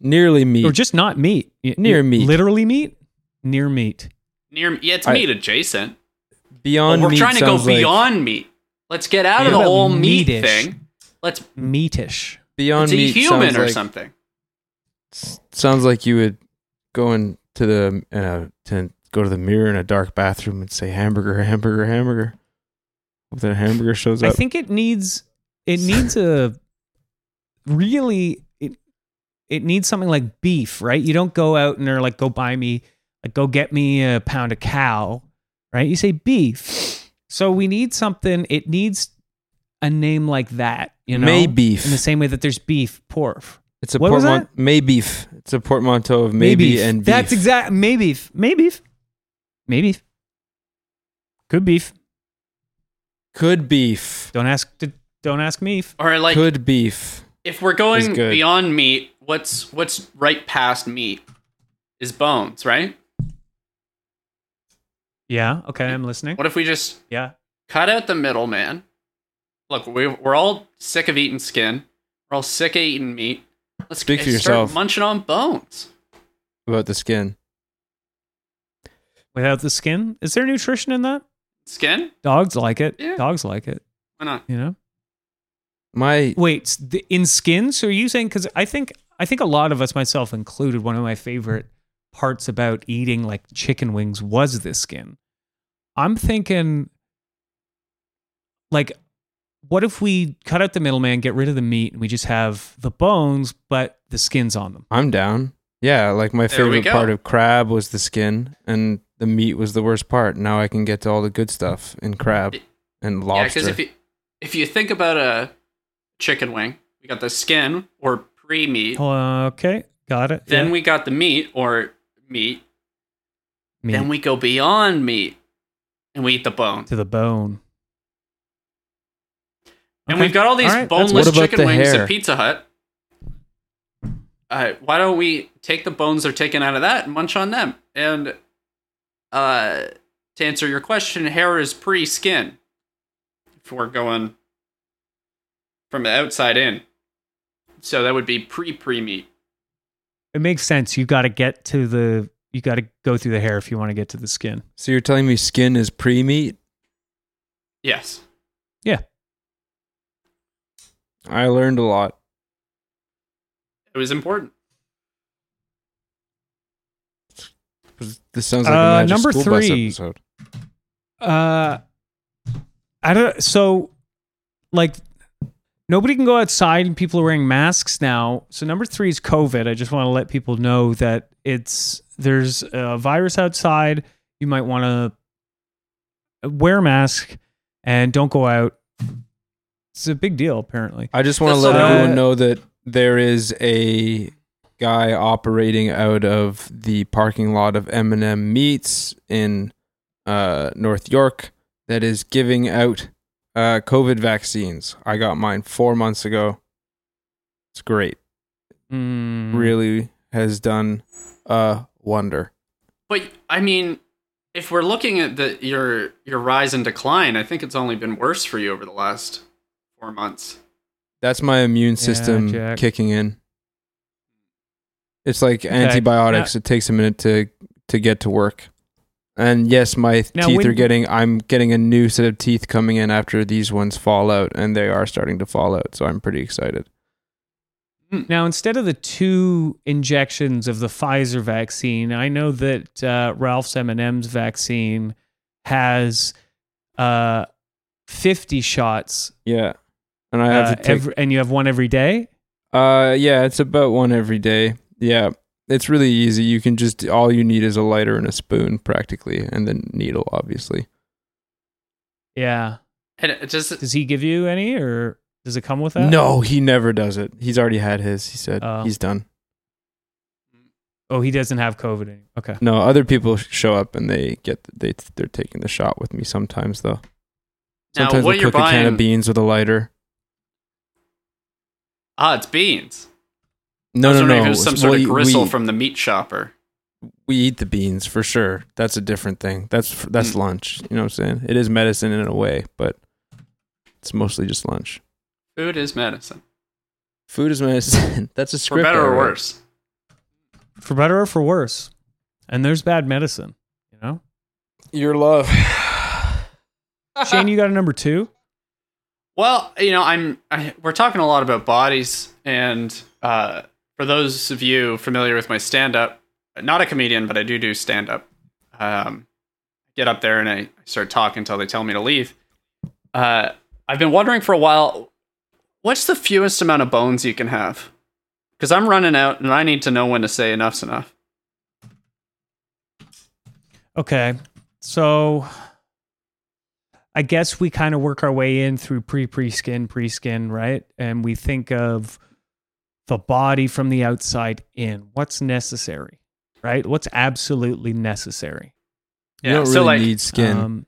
Speaker 3: Nearly meat.
Speaker 1: or just not meat, Y-
Speaker 3: Near
Speaker 1: y-
Speaker 3: meat.
Speaker 1: literally meat, near meat.
Speaker 2: Near, yeah, it's
Speaker 3: I-
Speaker 2: meat adjacent. But
Speaker 3: beyond
Speaker 2: we're
Speaker 3: meat
Speaker 2: trying to go
Speaker 3: sounds like-
Speaker 2: beyond meat. Let's get out
Speaker 1: What
Speaker 2: of the
Speaker 1: about
Speaker 2: whole meat
Speaker 1: meat-ish?
Speaker 2: thing. Let's
Speaker 1: Meatish.
Speaker 3: beyond
Speaker 2: it's a
Speaker 3: meat
Speaker 2: human
Speaker 3: sounds
Speaker 2: or
Speaker 3: like-
Speaker 2: something.
Speaker 3: S- sounds like you would go into the uh, to go to the mirror in a dark bathroom and say hamburger, hamburger, hamburger. Hope that hamburger shows
Speaker 1: I
Speaker 3: up.
Speaker 1: think it needs it needs a really it it needs something like beef, right? You don't go out and are like, go buy me, like go get me a pound of cow, right? You say beef. So we need something. It needs a name like that, you know.
Speaker 3: May beef.
Speaker 1: In the same way that there's beef, porf.
Speaker 3: it's a
Speaker 1: What was
Speaker 3: portman- May beef. It's a portmanteau of maybe, and beef.
Speaker 1: That's exact. May beef. May beef. May beef. Could beef.
Speaker 3: Could beef.
Speaker 1: Don't ask. To, don't ask me.
Speaker 2: Or like
Speaker 3: could beef.
Speaker 2: if we're going
Speaker 3: good.
Speaker 2: beyond meat, what's what's right past meat is bones, right?
Speaker 1: Yeah. Okay. I'm listening.
Speaker 2: What if we just
Speaker 1: Yeah.
Speaker 2: cut out the middleman look, we, we're all sick of eating skin. We're all sick of eating meat. Let's
Speaker 3: Speak
Speaker 2: g-
Speaker 3: for
Speaker 2: start
Speaker 3: yourself.
Speaker 2: munching on bones.
Speaker 3: about the skin.
Speaker 1: without the skin. Is there nutrition in that?
Speaker 2: Skin?
Speaker 1: Dogs like it.
Speaker 2: Yeah.
Speaker 1: Dogs like it.
Speaker 2: Why not?
Speaker 1: You know.
Speaker 3: My
Speaker 1: Wait, s- the- in skin. So are you saying? Because I think I think a lot of us, myself included, one of my favorite parts about eating like chicken wings was the skin. I'm thinking, like, what if we cut out the middleman, get rid of the meat, and we just have the bones, but the skin's on them?
Speaker 3: I'm down. Yeah, like my
Speaker 2: There we
Speaker 3: favorite part
Speaker 2: go.
Speaker 3: of crab was the skin, and the meat was the worst part. Now I can get to all the good stuff in crab and
Speaker 2: Yeah,
Speaker 3: lobster.
Speaker 2: because if you if you think about a chicken wing, we got the skin or pre meat.
Speaker 1: Okay, got it.
Speaker 2: Then
Speaker 1: Yeah.
Speaker 2: we got the meat or meat.
Speaker 1: Meat
Speaker 2: Then we go beyond meat, and we eat the bone.
Speaker 1: to the bone.
Speaker 2: And
Speaker 1: Okay.
Speaker 2: we've got all these
Speaker 1: All right, that's-
Speaker 2: boneless
Speaker 3: What about
Speaker 2: chicken
Speaker 3: the
Speaker 2: wings
Speaker 3: hair?
Speaker 2: at Pizza Hut. Uh, why don't we take the bones they're taken out of that and munch on them? And uh, to answer your question, hair is pre-skin. If we're going from the outside in, so that would be pre-pre meat.
Speaker 1: It makes sense. You got to get to the. You got to go through the hair if you want to get to the skin.
Speaker 3: so you're telling me skin is pre meat?
Speaker 2: Yes.
Speaker 1: Yeah.
Speaker 3: I learned a lot.
Speaker 2: It was important.
Speaker 3: This sounds like a
Speaker 1: Uh,
Speaker 3: magic
Speaker 1: number
Speaker 3: school bus
Speaker 1: three.
Speaker 3: episode.
Speaker 1: Uh, I don't. So, like, nobody can go outside, and people are wearing masks now. So number three is COVID. I just want to let people know that it's there's a virus outside. You might want to wear a mask and don't go out. It's a big deal, apparently.
Speaker 3: I just want to
Speaker 2: That's
Speaker 3: let
Speaker 2: all-
Speaker 3: everyone
Speaker 1: Uh,
Speaker 3: know that there is a guy operating out of the parking lot of M&M Meats in uh, North York that is giving out uh, COVID vaccines. I got mine four months ago. It's great.
Speaker 1: Mm.
Speaker 3: Really has done a wonder.
Speaker 2: But I mean, if we're looking at the your your rise and decline, I think it's only been worse for you over the last four months.
Speaker 3: That's my immune system
Speaker 1: Jack.
Speaker 3: kicking in. It's like antibiotics. It takes a minute to to get to work. And yes, my th-
Speaker 1: Now,
Speaker 3: teeth
Speaker 1: when-
Speaker 3: are getting. I'm getting a new set of teeth coming in after these ones fall out, and they are starting to fall out. So I'm pretty excited.
Speaker 1: Mm. Now, instead of the two injections of the Pfizer vaccine, I know that uh, Ralph's M&M's vaccine has uh, 50 shots,
Speaker 3: Yeah, and I have
Speaker 1: uh,
Speaker 3: to take.
Speaker 1: every, and you have one every day.
Speaker 3: uh, yeah, it's about one every day. Yeah, it's really easy. You can just all you need is a lighter and a spoon, practically, and then needle, obviously.
Speaker 1: Yeah.
Speaker 2: And it just
Speaker 1: Does he give you any, or does it come with that?
Speaker 3: No, he never does it. He's already had his. He said
Speaker 1: Oh.
Speaker 3: he's done.
Speaker 1: Oh, he doesn't have COVID anymore. Okay.
Speaker 3: No, other people sh- show up and they get they they're taking the shot with me sometimes though.
Speaker 2: now
Speaker 3: Sometimes
Speaker 2: what
Speaker 3: I'll
Speaker 2: you're
Speaker 3: cook a can
Speaker 2: buying?
Speaker 3: of beans with a lighter.
Speaker 2: ah, it's beans.
Speaker 3: No,
Speaker 2: I was
Speaker 3: no,
Speaker 2: wondering
Speaker 3: no.
Speaker 2: If it was some sort
Speaker 3: We-
Speaker 2: of gristle
Speaker 3: we,
Speaker 2: from the meat shopper.
Speaker 3: we eat the beans for sure. That's a different thing. That's f- that's
Speaker 2: Mm.
Speaker 3: lunch. You know what I'm saying? It is medicine in a way, but it's mostly just lunch.
Speaker 2: Food is medicine,
Speaker 3: Food is [laughs] medicine. that's a
Speaker 2: for
Speaker 3: script.
Speaker 2: better
Speaker 3: I
Speaker 2: or
Speaker 3: wrote.
Speaker 2: worse.
Speaker 1: For better or for worse. And there's bad medicine, you
Speaker 3: [laughs]
Speaker 1: know?
Speaker 3: Your love.
Speaker 1: Shane, you got a number two?
Speaker 2: Well, you know, I'm. I, we're talking a lot about bodies, and uh, for those of you familiar with my stand-up, not a comedian, but I do do stand-up. Um, get up there and I start talking until they tell me to leave. Uh, I've been wondering for a while, what's the fewest amount of bones you can have? Because I'm running out, and I need to know when to say enough's enough.
Speaker 1: Okay. So I guess we kind of work our way in through pre pre skin, pre skin, right? And we think of the body from the outside in. What's necessary, right? What's absolutely necessary?
Speaker 3: You don't really
Speaker 2: so like,
Speaker 3: need skin.
Speaker 1: Um,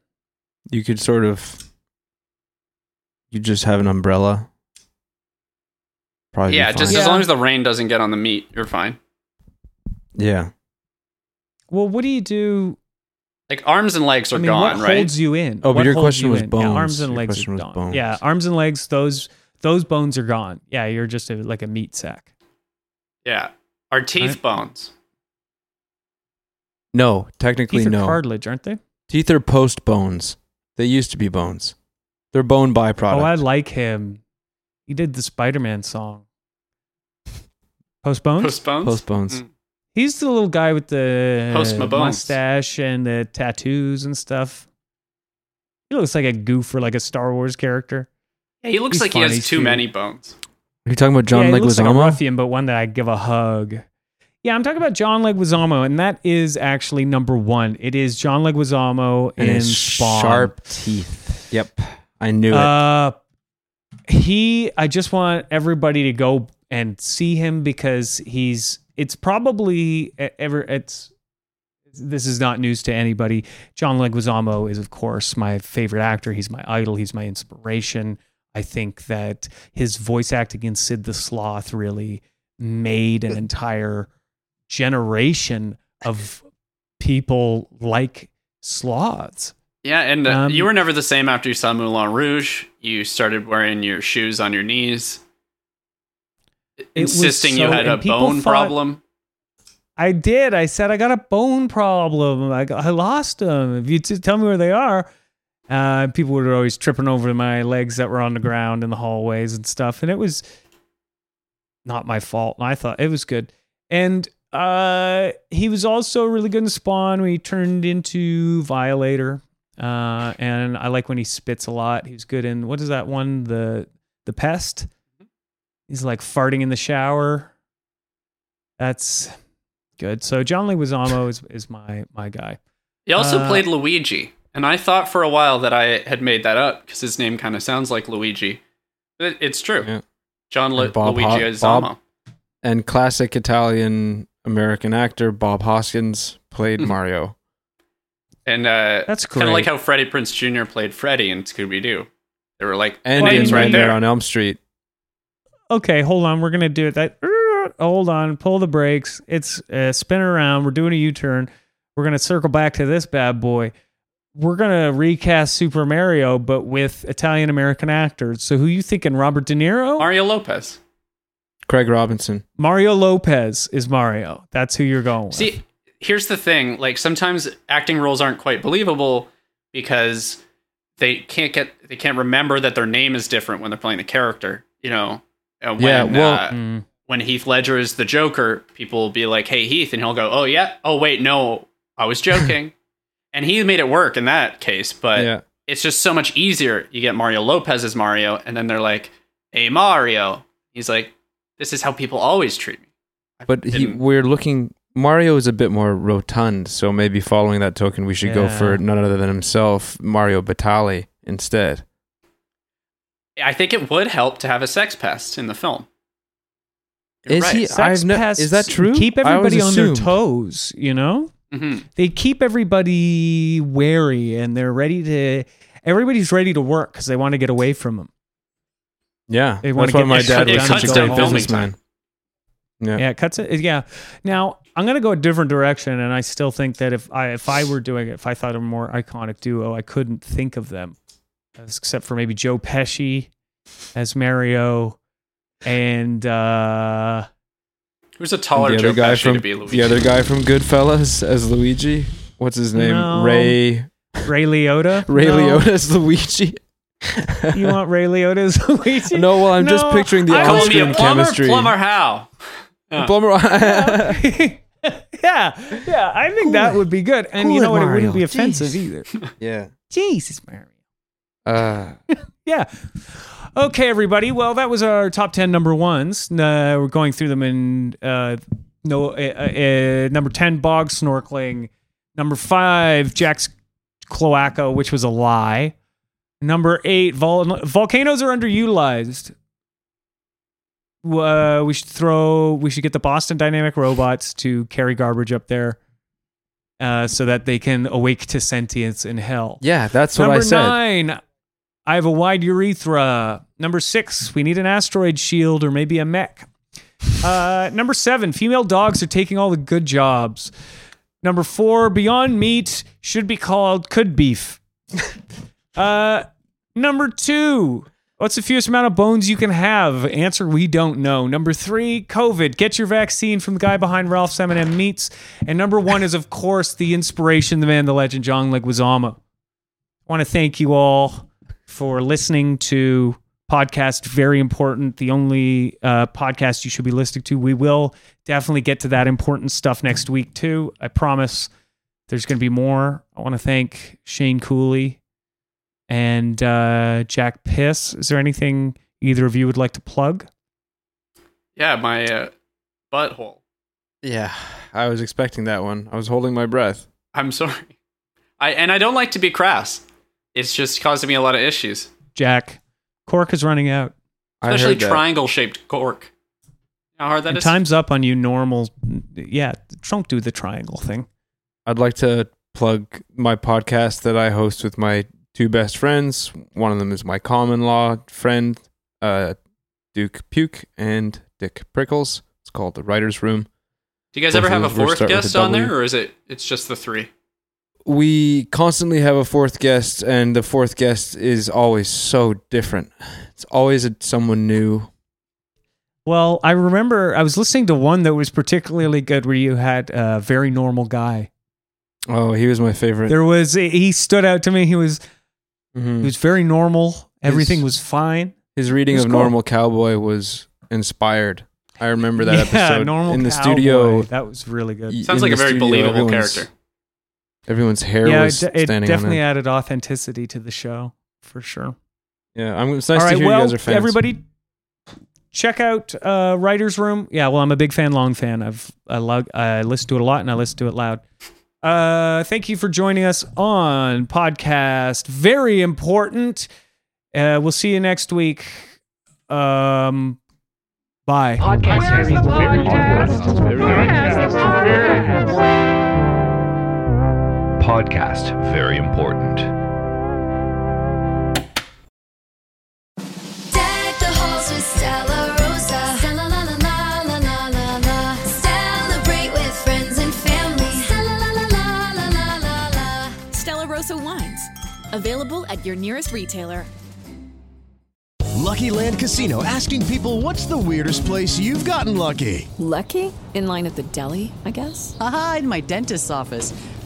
Speaker 3: you could sort of. You just have an umbrella. Probably. be
Speaker 2: yeah, just
Speaker 3: fine.
Speaker 2: as long as the rain doesn't get on the meat, you're fine.
Speaker 3: yeah.
Speaker 1: well, what do you do?
Speaker 2: Like arms and legs are
Speaker 1: I mean,
Speaker 2: gone,
Speaker 1: what
Speaker 2: right?
Speaker 1: holds you in?
Speaker 3: Oh, but
Speaker 1: What
Speaker 3: your
Speaker 1: holds
Speaker 3: question
Speaker 1: you
Speaker 3: was
Speaker 1: in? Yeah, arms
Speaker 3: bones.
Speaker 1: and
Speaker 3: Your
Speaker 1: legs
Speaker 3: question
Speaker 1: are
Speaker 3: was
Speaker 1: gone.
Speaker 3: bones.
Speaker 1: Yeah, arms and legs. Those those bones are gone. Yeah, you're just a, like a meat sack.
Speaker 2: yeah. Our teeth
Speaker 1: Right.
Speaker 2: bones.
Speaker 3: No, technically
Speaker 1: Teeth are
Speaker 3: no.
Speaker 1: cartilage, aren't they?
Speaker 3: Teeth are post bones. They used to be bones. They're bone byproduct.
Speaker 1: Oh, I like him. He did the Spider-Man song. Post bones.
Speaker 2: Post bones.
Speaker 3: post bones.
Speaker 2: Mm.
Speaker 1: He's the little guy with the
Speaker 2: Post Malone's.
Speaker 1: mustache and the tattoos and stuff. He looks like a goof or like a Star Wars character.
Speaker 2: Yeah, he looks
Speaker 1: He's
Speaker 2: like
Speaker 1: fine,
Speaker 2: he has
Speaker 1: he's
Speaker 2: too
Speaker 1: cute.
Speaker 2: many bones.
Speaker 3: You're talking about
Speaker 1: yeah,
Speaker 3: John
Speaker 1: he looks like a
Speaker 3: Leguizamo?
Speaker 1: ruffian, but one that I give a hug. Yeah, I'm talking about John Leguizamo, and that is actually number one. It is John Leguizamo
Speaker 3: And
Speaker 1: in
Speaker 3: his
Speaker 1: Spawn.
Speaker 3: sharp teeth. Yep, I knew it.
Speaker 1: Uh, he. I just want everybody to go and see him because he's. It's probably e- ever. It's. This is not news to anybody. John Leguizamo is, of course, my favorite actor. He's my idol. He's my inspiration. I think that his voice acting in Sid the Sloth really made
Speaker 2: [laughs]
Speaker 1: an entire generation of people like sloths.
Speaker 2: Yeah, and uh,
Speaker 1: Um,
Speaker 2: you were never the same after you saw Moulin Rouge. You started wearing your shoes on your knees,
Speaker 1: was
Speaker 2: insisting you
Speaker 1: so-
Speaker 2: had a
Speaker 1: and people
Speaker 2: bone
Speaker 1: thought-
Speaker 2: problem.
Speaker 1: I did. I said I got a bone problem. I, got, I lost them. If you t- tell me where they are, uh, people were always tripping over my legs that were on the ground in the hallways and stuff. And it was not my fault. And I thought it was good. And uh, he was also really good in Spawn. when he turned into Violator. Uh, and I like when he spits a lot. He was good in what is that one? The the pest. He's like farting in the shower. That's good. So John Leguizamo is is my my guy.
Speaker 2: He also
Speaker 1: Uh,
Speaker 2: played Luigi, and I thought for a while that I had made that up because his name kind of sounds like Luigi. But it's true.
Speaker 3: Yeah.
Speaker 2: John Lu-
Speaker 3: And Bob
Speaker 2: Luigi
Speaker 3: Ho-
Speaker 2: Ozzamo.
Speaker 3: Bob- and classic Italian American actor Bob Hoskins played
Speaker 2: Mhm.
Speaker 3: Mario.
Speaker 2: And uh,
Speaker 1: That's
Speaker 2: kind of
Speaker 1: great.
Speaker 2: like how Freddie Prince Jr. played Freddy in Scooby Doo. They were like,
Speaker 3: And
Speaker 1: Well,
Speaker 3: in
Speaker 1: I
Speaker 2: names
Speaker 1: mean-
Speaker 2: right there.
Speaker 3: on Elm Street.
Speaker 1: Okay, hold on. We're gonna do it. That er, hold on. Pull the brakes. It's uh, spin around. We're doing a U turn. We're gonna circle back to this bad boy. We're gonna recast Super Mario, but with Italian American actors. So who you thinking? Robert De Niro?
Speaker 2: Mario Lopez.
Speaker 3: Craig Robinson.
Speaker 1: Mario Lopez is Mario. That's who you're going with.
Speaker 2: See, here's the thing: like sometimes acting roles aren't quite believable because they can't get they can't remember that their name is different when they're playing the character. You know, and when,
Speaker 3: Yeah, well-
Speaker 2: uh,
Speaker 1: Mm.
Speaker 2: when Heath Ledger is the Joker, people will be like, "Hey Heath," and he'll go, "Oh yeah, oh wait, no, I was
Speaker 3: [laughs]
Speaker 2: joking." and he made it work in that case, but
Speaker 3: yeah.
Speaker 2: it's just so much easier. You get Mario Lopez as Mario, and then they're like, "Hey Mario," he's like, "This is how people always treat me."
Speaker 3: But he,
Speaker 2: And-
Speaker 3: we're looking. Mario is a bit more rotund, so maybe following that token, we should go
Speaker 1: Yeah.
Speaker 3: for none other than himself, Mario Batali, instead.
Speaker 2: I think it would help to have a sex pest in the film.
Speaker 3: Is he?
Speaker 1: Sex
Speaker 3: I've ne-
Speaker 1: pests
Speaker 3: is that true?
Speaker 1: Keep
Speaker 3: I always
Speaker 1: everybody on their
Speaker 3: assumed.
Speaker 1: toes. You know.
Speaker 2: hmm
Speaker 1: they keep everybody wary and they're ready to everybody's ready to work because they want to get away from them
Speaker 3: Yeah,
Speaker 1: They wanna
Speaker 3: that's why
Speaker 1: get
Speaker 3: my
Speaker 1: it cut
Speaker 3: dad was
Speaker 1: down
Speaker 3: such a
Speaker 1: to
Speaker 3: great
Speaker 1: filming time.
Speaker 3: businessman. Yeah.
Speaker 1: yeah it cuts it yeah now i'm going to go a different direction and i still think that if i if i were doing it if i thought of a more iconic duo i couldn't think of them except for maybe joe pesci as mario and uh
Speaker 2: Who's a taller
Speaker 3: the
Speaker 2: Joe
Speaker 3: other guy
Speaker 2: Pesci
Speaker 3: from
Speaker 2: to be Luigi?
Speaker 3: the other guy from Goodfellas as Luigi. What's his name?
Speaker 1: No.
Speaker 3: Ray
Speaker 1: ray liotta
Speaker 3: Ray
Speaker 1: No.
Speaker 3: Liotta as
Speaker 2: [laughs]
Speaker 3: Luigi.
Speaker 1: you want ray liotta
Speaker 3: [laughs]
Speaker 1: as luigi
Speaker 3: No, well, I'm just
Speaker 1: No,
Speaker 3: picturing the
Speaker 1: I
Speaker 2: Call
Speaker 1: was-
Speaker 2: me a
Speaker 3: on-screen
Speaker 2: plumber,
Speaker 3: chemistry.
Speaker 2: plumber how? Ah.
Speaker 3: [laughs] Plumber.
Speaker 1: [laughs] yeah, yeah. I think that would be good, and you
Speaker 3: Cool it,
Speaker 1: know what? It wouldn't be
Speaker 3: Mario.
Speaker 1: offensive
Speaker 3: Jeez.
Speaker 1: either.
Speaker 3: yeah.
Speaker 1: Jesus, Mario.
Speaker 3: Uh,
Speaker 1: Yeah. Okay, everybody. Well, that was our top ten number ones. Uh, we're going through them in uh, no uh, uh, number ten bog snorkeling, number five Jack's cloaca, which was a lie. Number eight vol- volcanoes are underutilized. Uh, we should throw. We should get the Boston Dynamic robots to carry garbage up there, uh, so that they can awake to sentience in hell.
Speaker 3: yeah, that's what
Speaker 1: Number
Speaker 3: I said.
Speaker 1: nine, I have a wide urethra. Number six, we need an asteroid shield or maybe a mech. Uh, number seven, female dogs are taking all the good jobs. Number four, Beyond Meat should be called Could Beef. [laughs] uh, number two, what's the fewest amount of bones you can have? Answer: We don't know. Number three, COVID. Get your vaccine from the guy behind Ralph's M&M Meats. And number one is, of course, the inspiration, the man, the legend, John Leguizamo. I want to thank you all for listening to podcast very important the only uh, podcast you should be listening to we will definitely get to that important stuff next week too i promise there's going to be more i want to thank shane cooley and uh, jack piss is there anything either of you would like to plug
Speaker 2: Yeah, my uh, butthole.
Speaker 3: Yeah, I was expecting that one. I was holding my breath.
Speaker 2: I'm sorry. I and I don't like to be crass. It's just causing me a lot of issues,
Speaker 1: jack cork is running out
Speaker 3: I
Speaker 2: especially
Speaker 3: heard that.
Speaker 2: triangle-shaped cork. You know How hard that
Speaker 1: and
Speaker 2: is.
Speaker 1: time's up on you normal yeah don't do the triangle thing
Speaker 3: I'd like to plug my podcast that I host with my two best friends. One of them is my common law friend, uh, Duke Puke, and Dick Prickles. It's called The Writer's Room.
Speaker 2: Do you guys
Speaker 3: Both
Speaker 2: ever
Speaker 3: of
Speaker 2: have a
Speaker 3: those were
Speaker 2: fourth
Speaker 3: start with a
Speaker 2: guest on
Speaker 3: W.
Speaker 2: there, or is it it's just the three?
Speaker 3: We constantly have a fourth guest, and the fourth guest is always so different. It's always a, someone new.
Speaker 1: Well, I remember I was listening to one that was particularly good where you had a very normal guy.
Speaker 3: Oh, he was my favorite.
Speaker 1: There was he stood out to me. He was he
Speaker 3: Mhm.
Speaker 1: was very normal. Everything
Speaker 3: Yes.
Speaker 1: was fine.
Speaker 3: His reading
Speaker 1: It was
Speaker 3: of
Speaker 1: cool.
Speaker 3: Normal Cowboy was inspired. I remember that
Speaker 1: [laughs] yeah,
Speaker 3: episode
Speaker 1: normal
Speaker 3: in the
Speaker 1: cowboy.
Speaker 3: studio.
Speaker 1: That was really good.
Speaker 3: y-
Speaker 2: Sounds
Speaker 3: in
Speaker 2: like a
Speaker 3: the
Speaker 2: very
Speaker 3: studio,
Speaker 2: believable
Speaker 3: everyone's-
Speaker 2: character.
Speaker 3: Everyone's hair
Speaker 1: yeah,
Speaker 3: was
Speaker 1: it, it
Speaker 3: standing on
Speaker 1: definitely
Speaker 3: end.
Speaker 1: added authenticity to the show for sure.
Speaker 3: Yeah, I'm, it's nice
Speaker 1: All
Speaker 3: to
Speaker 1: right,
Speaker 3: hear
Speaker 1: well,
Speaker 3: you guys are fans.
Speaker 1: everybody, check out uh, Writers Room. Yeah, well, I'm a big fan, long fan. I've I, lug, I listen to it a lot, and I listen to it loud. Uh, thank you for joining us on podcast. Very important. Uh, we'll see you next week. Um, bye.
Speaker 8: Where's the podcast? Where's the podcast?
Speaker 9: Podcast very important.
Speaker 10: Deck the halls with Stella Rosa. Stella la la la la la la la. Celebrate with friends and family. Stella la la la la la la la.
Speaker 11: Stella Rosa wines, available at your nearest retailer.
Speaker 8: Lucky Land Casino asking people what's the weirdest place you've gotten lucky?
Speaker 11: Lucky? In line at the deli, I guess?
Speaker 12: Aha, in my dentist's office.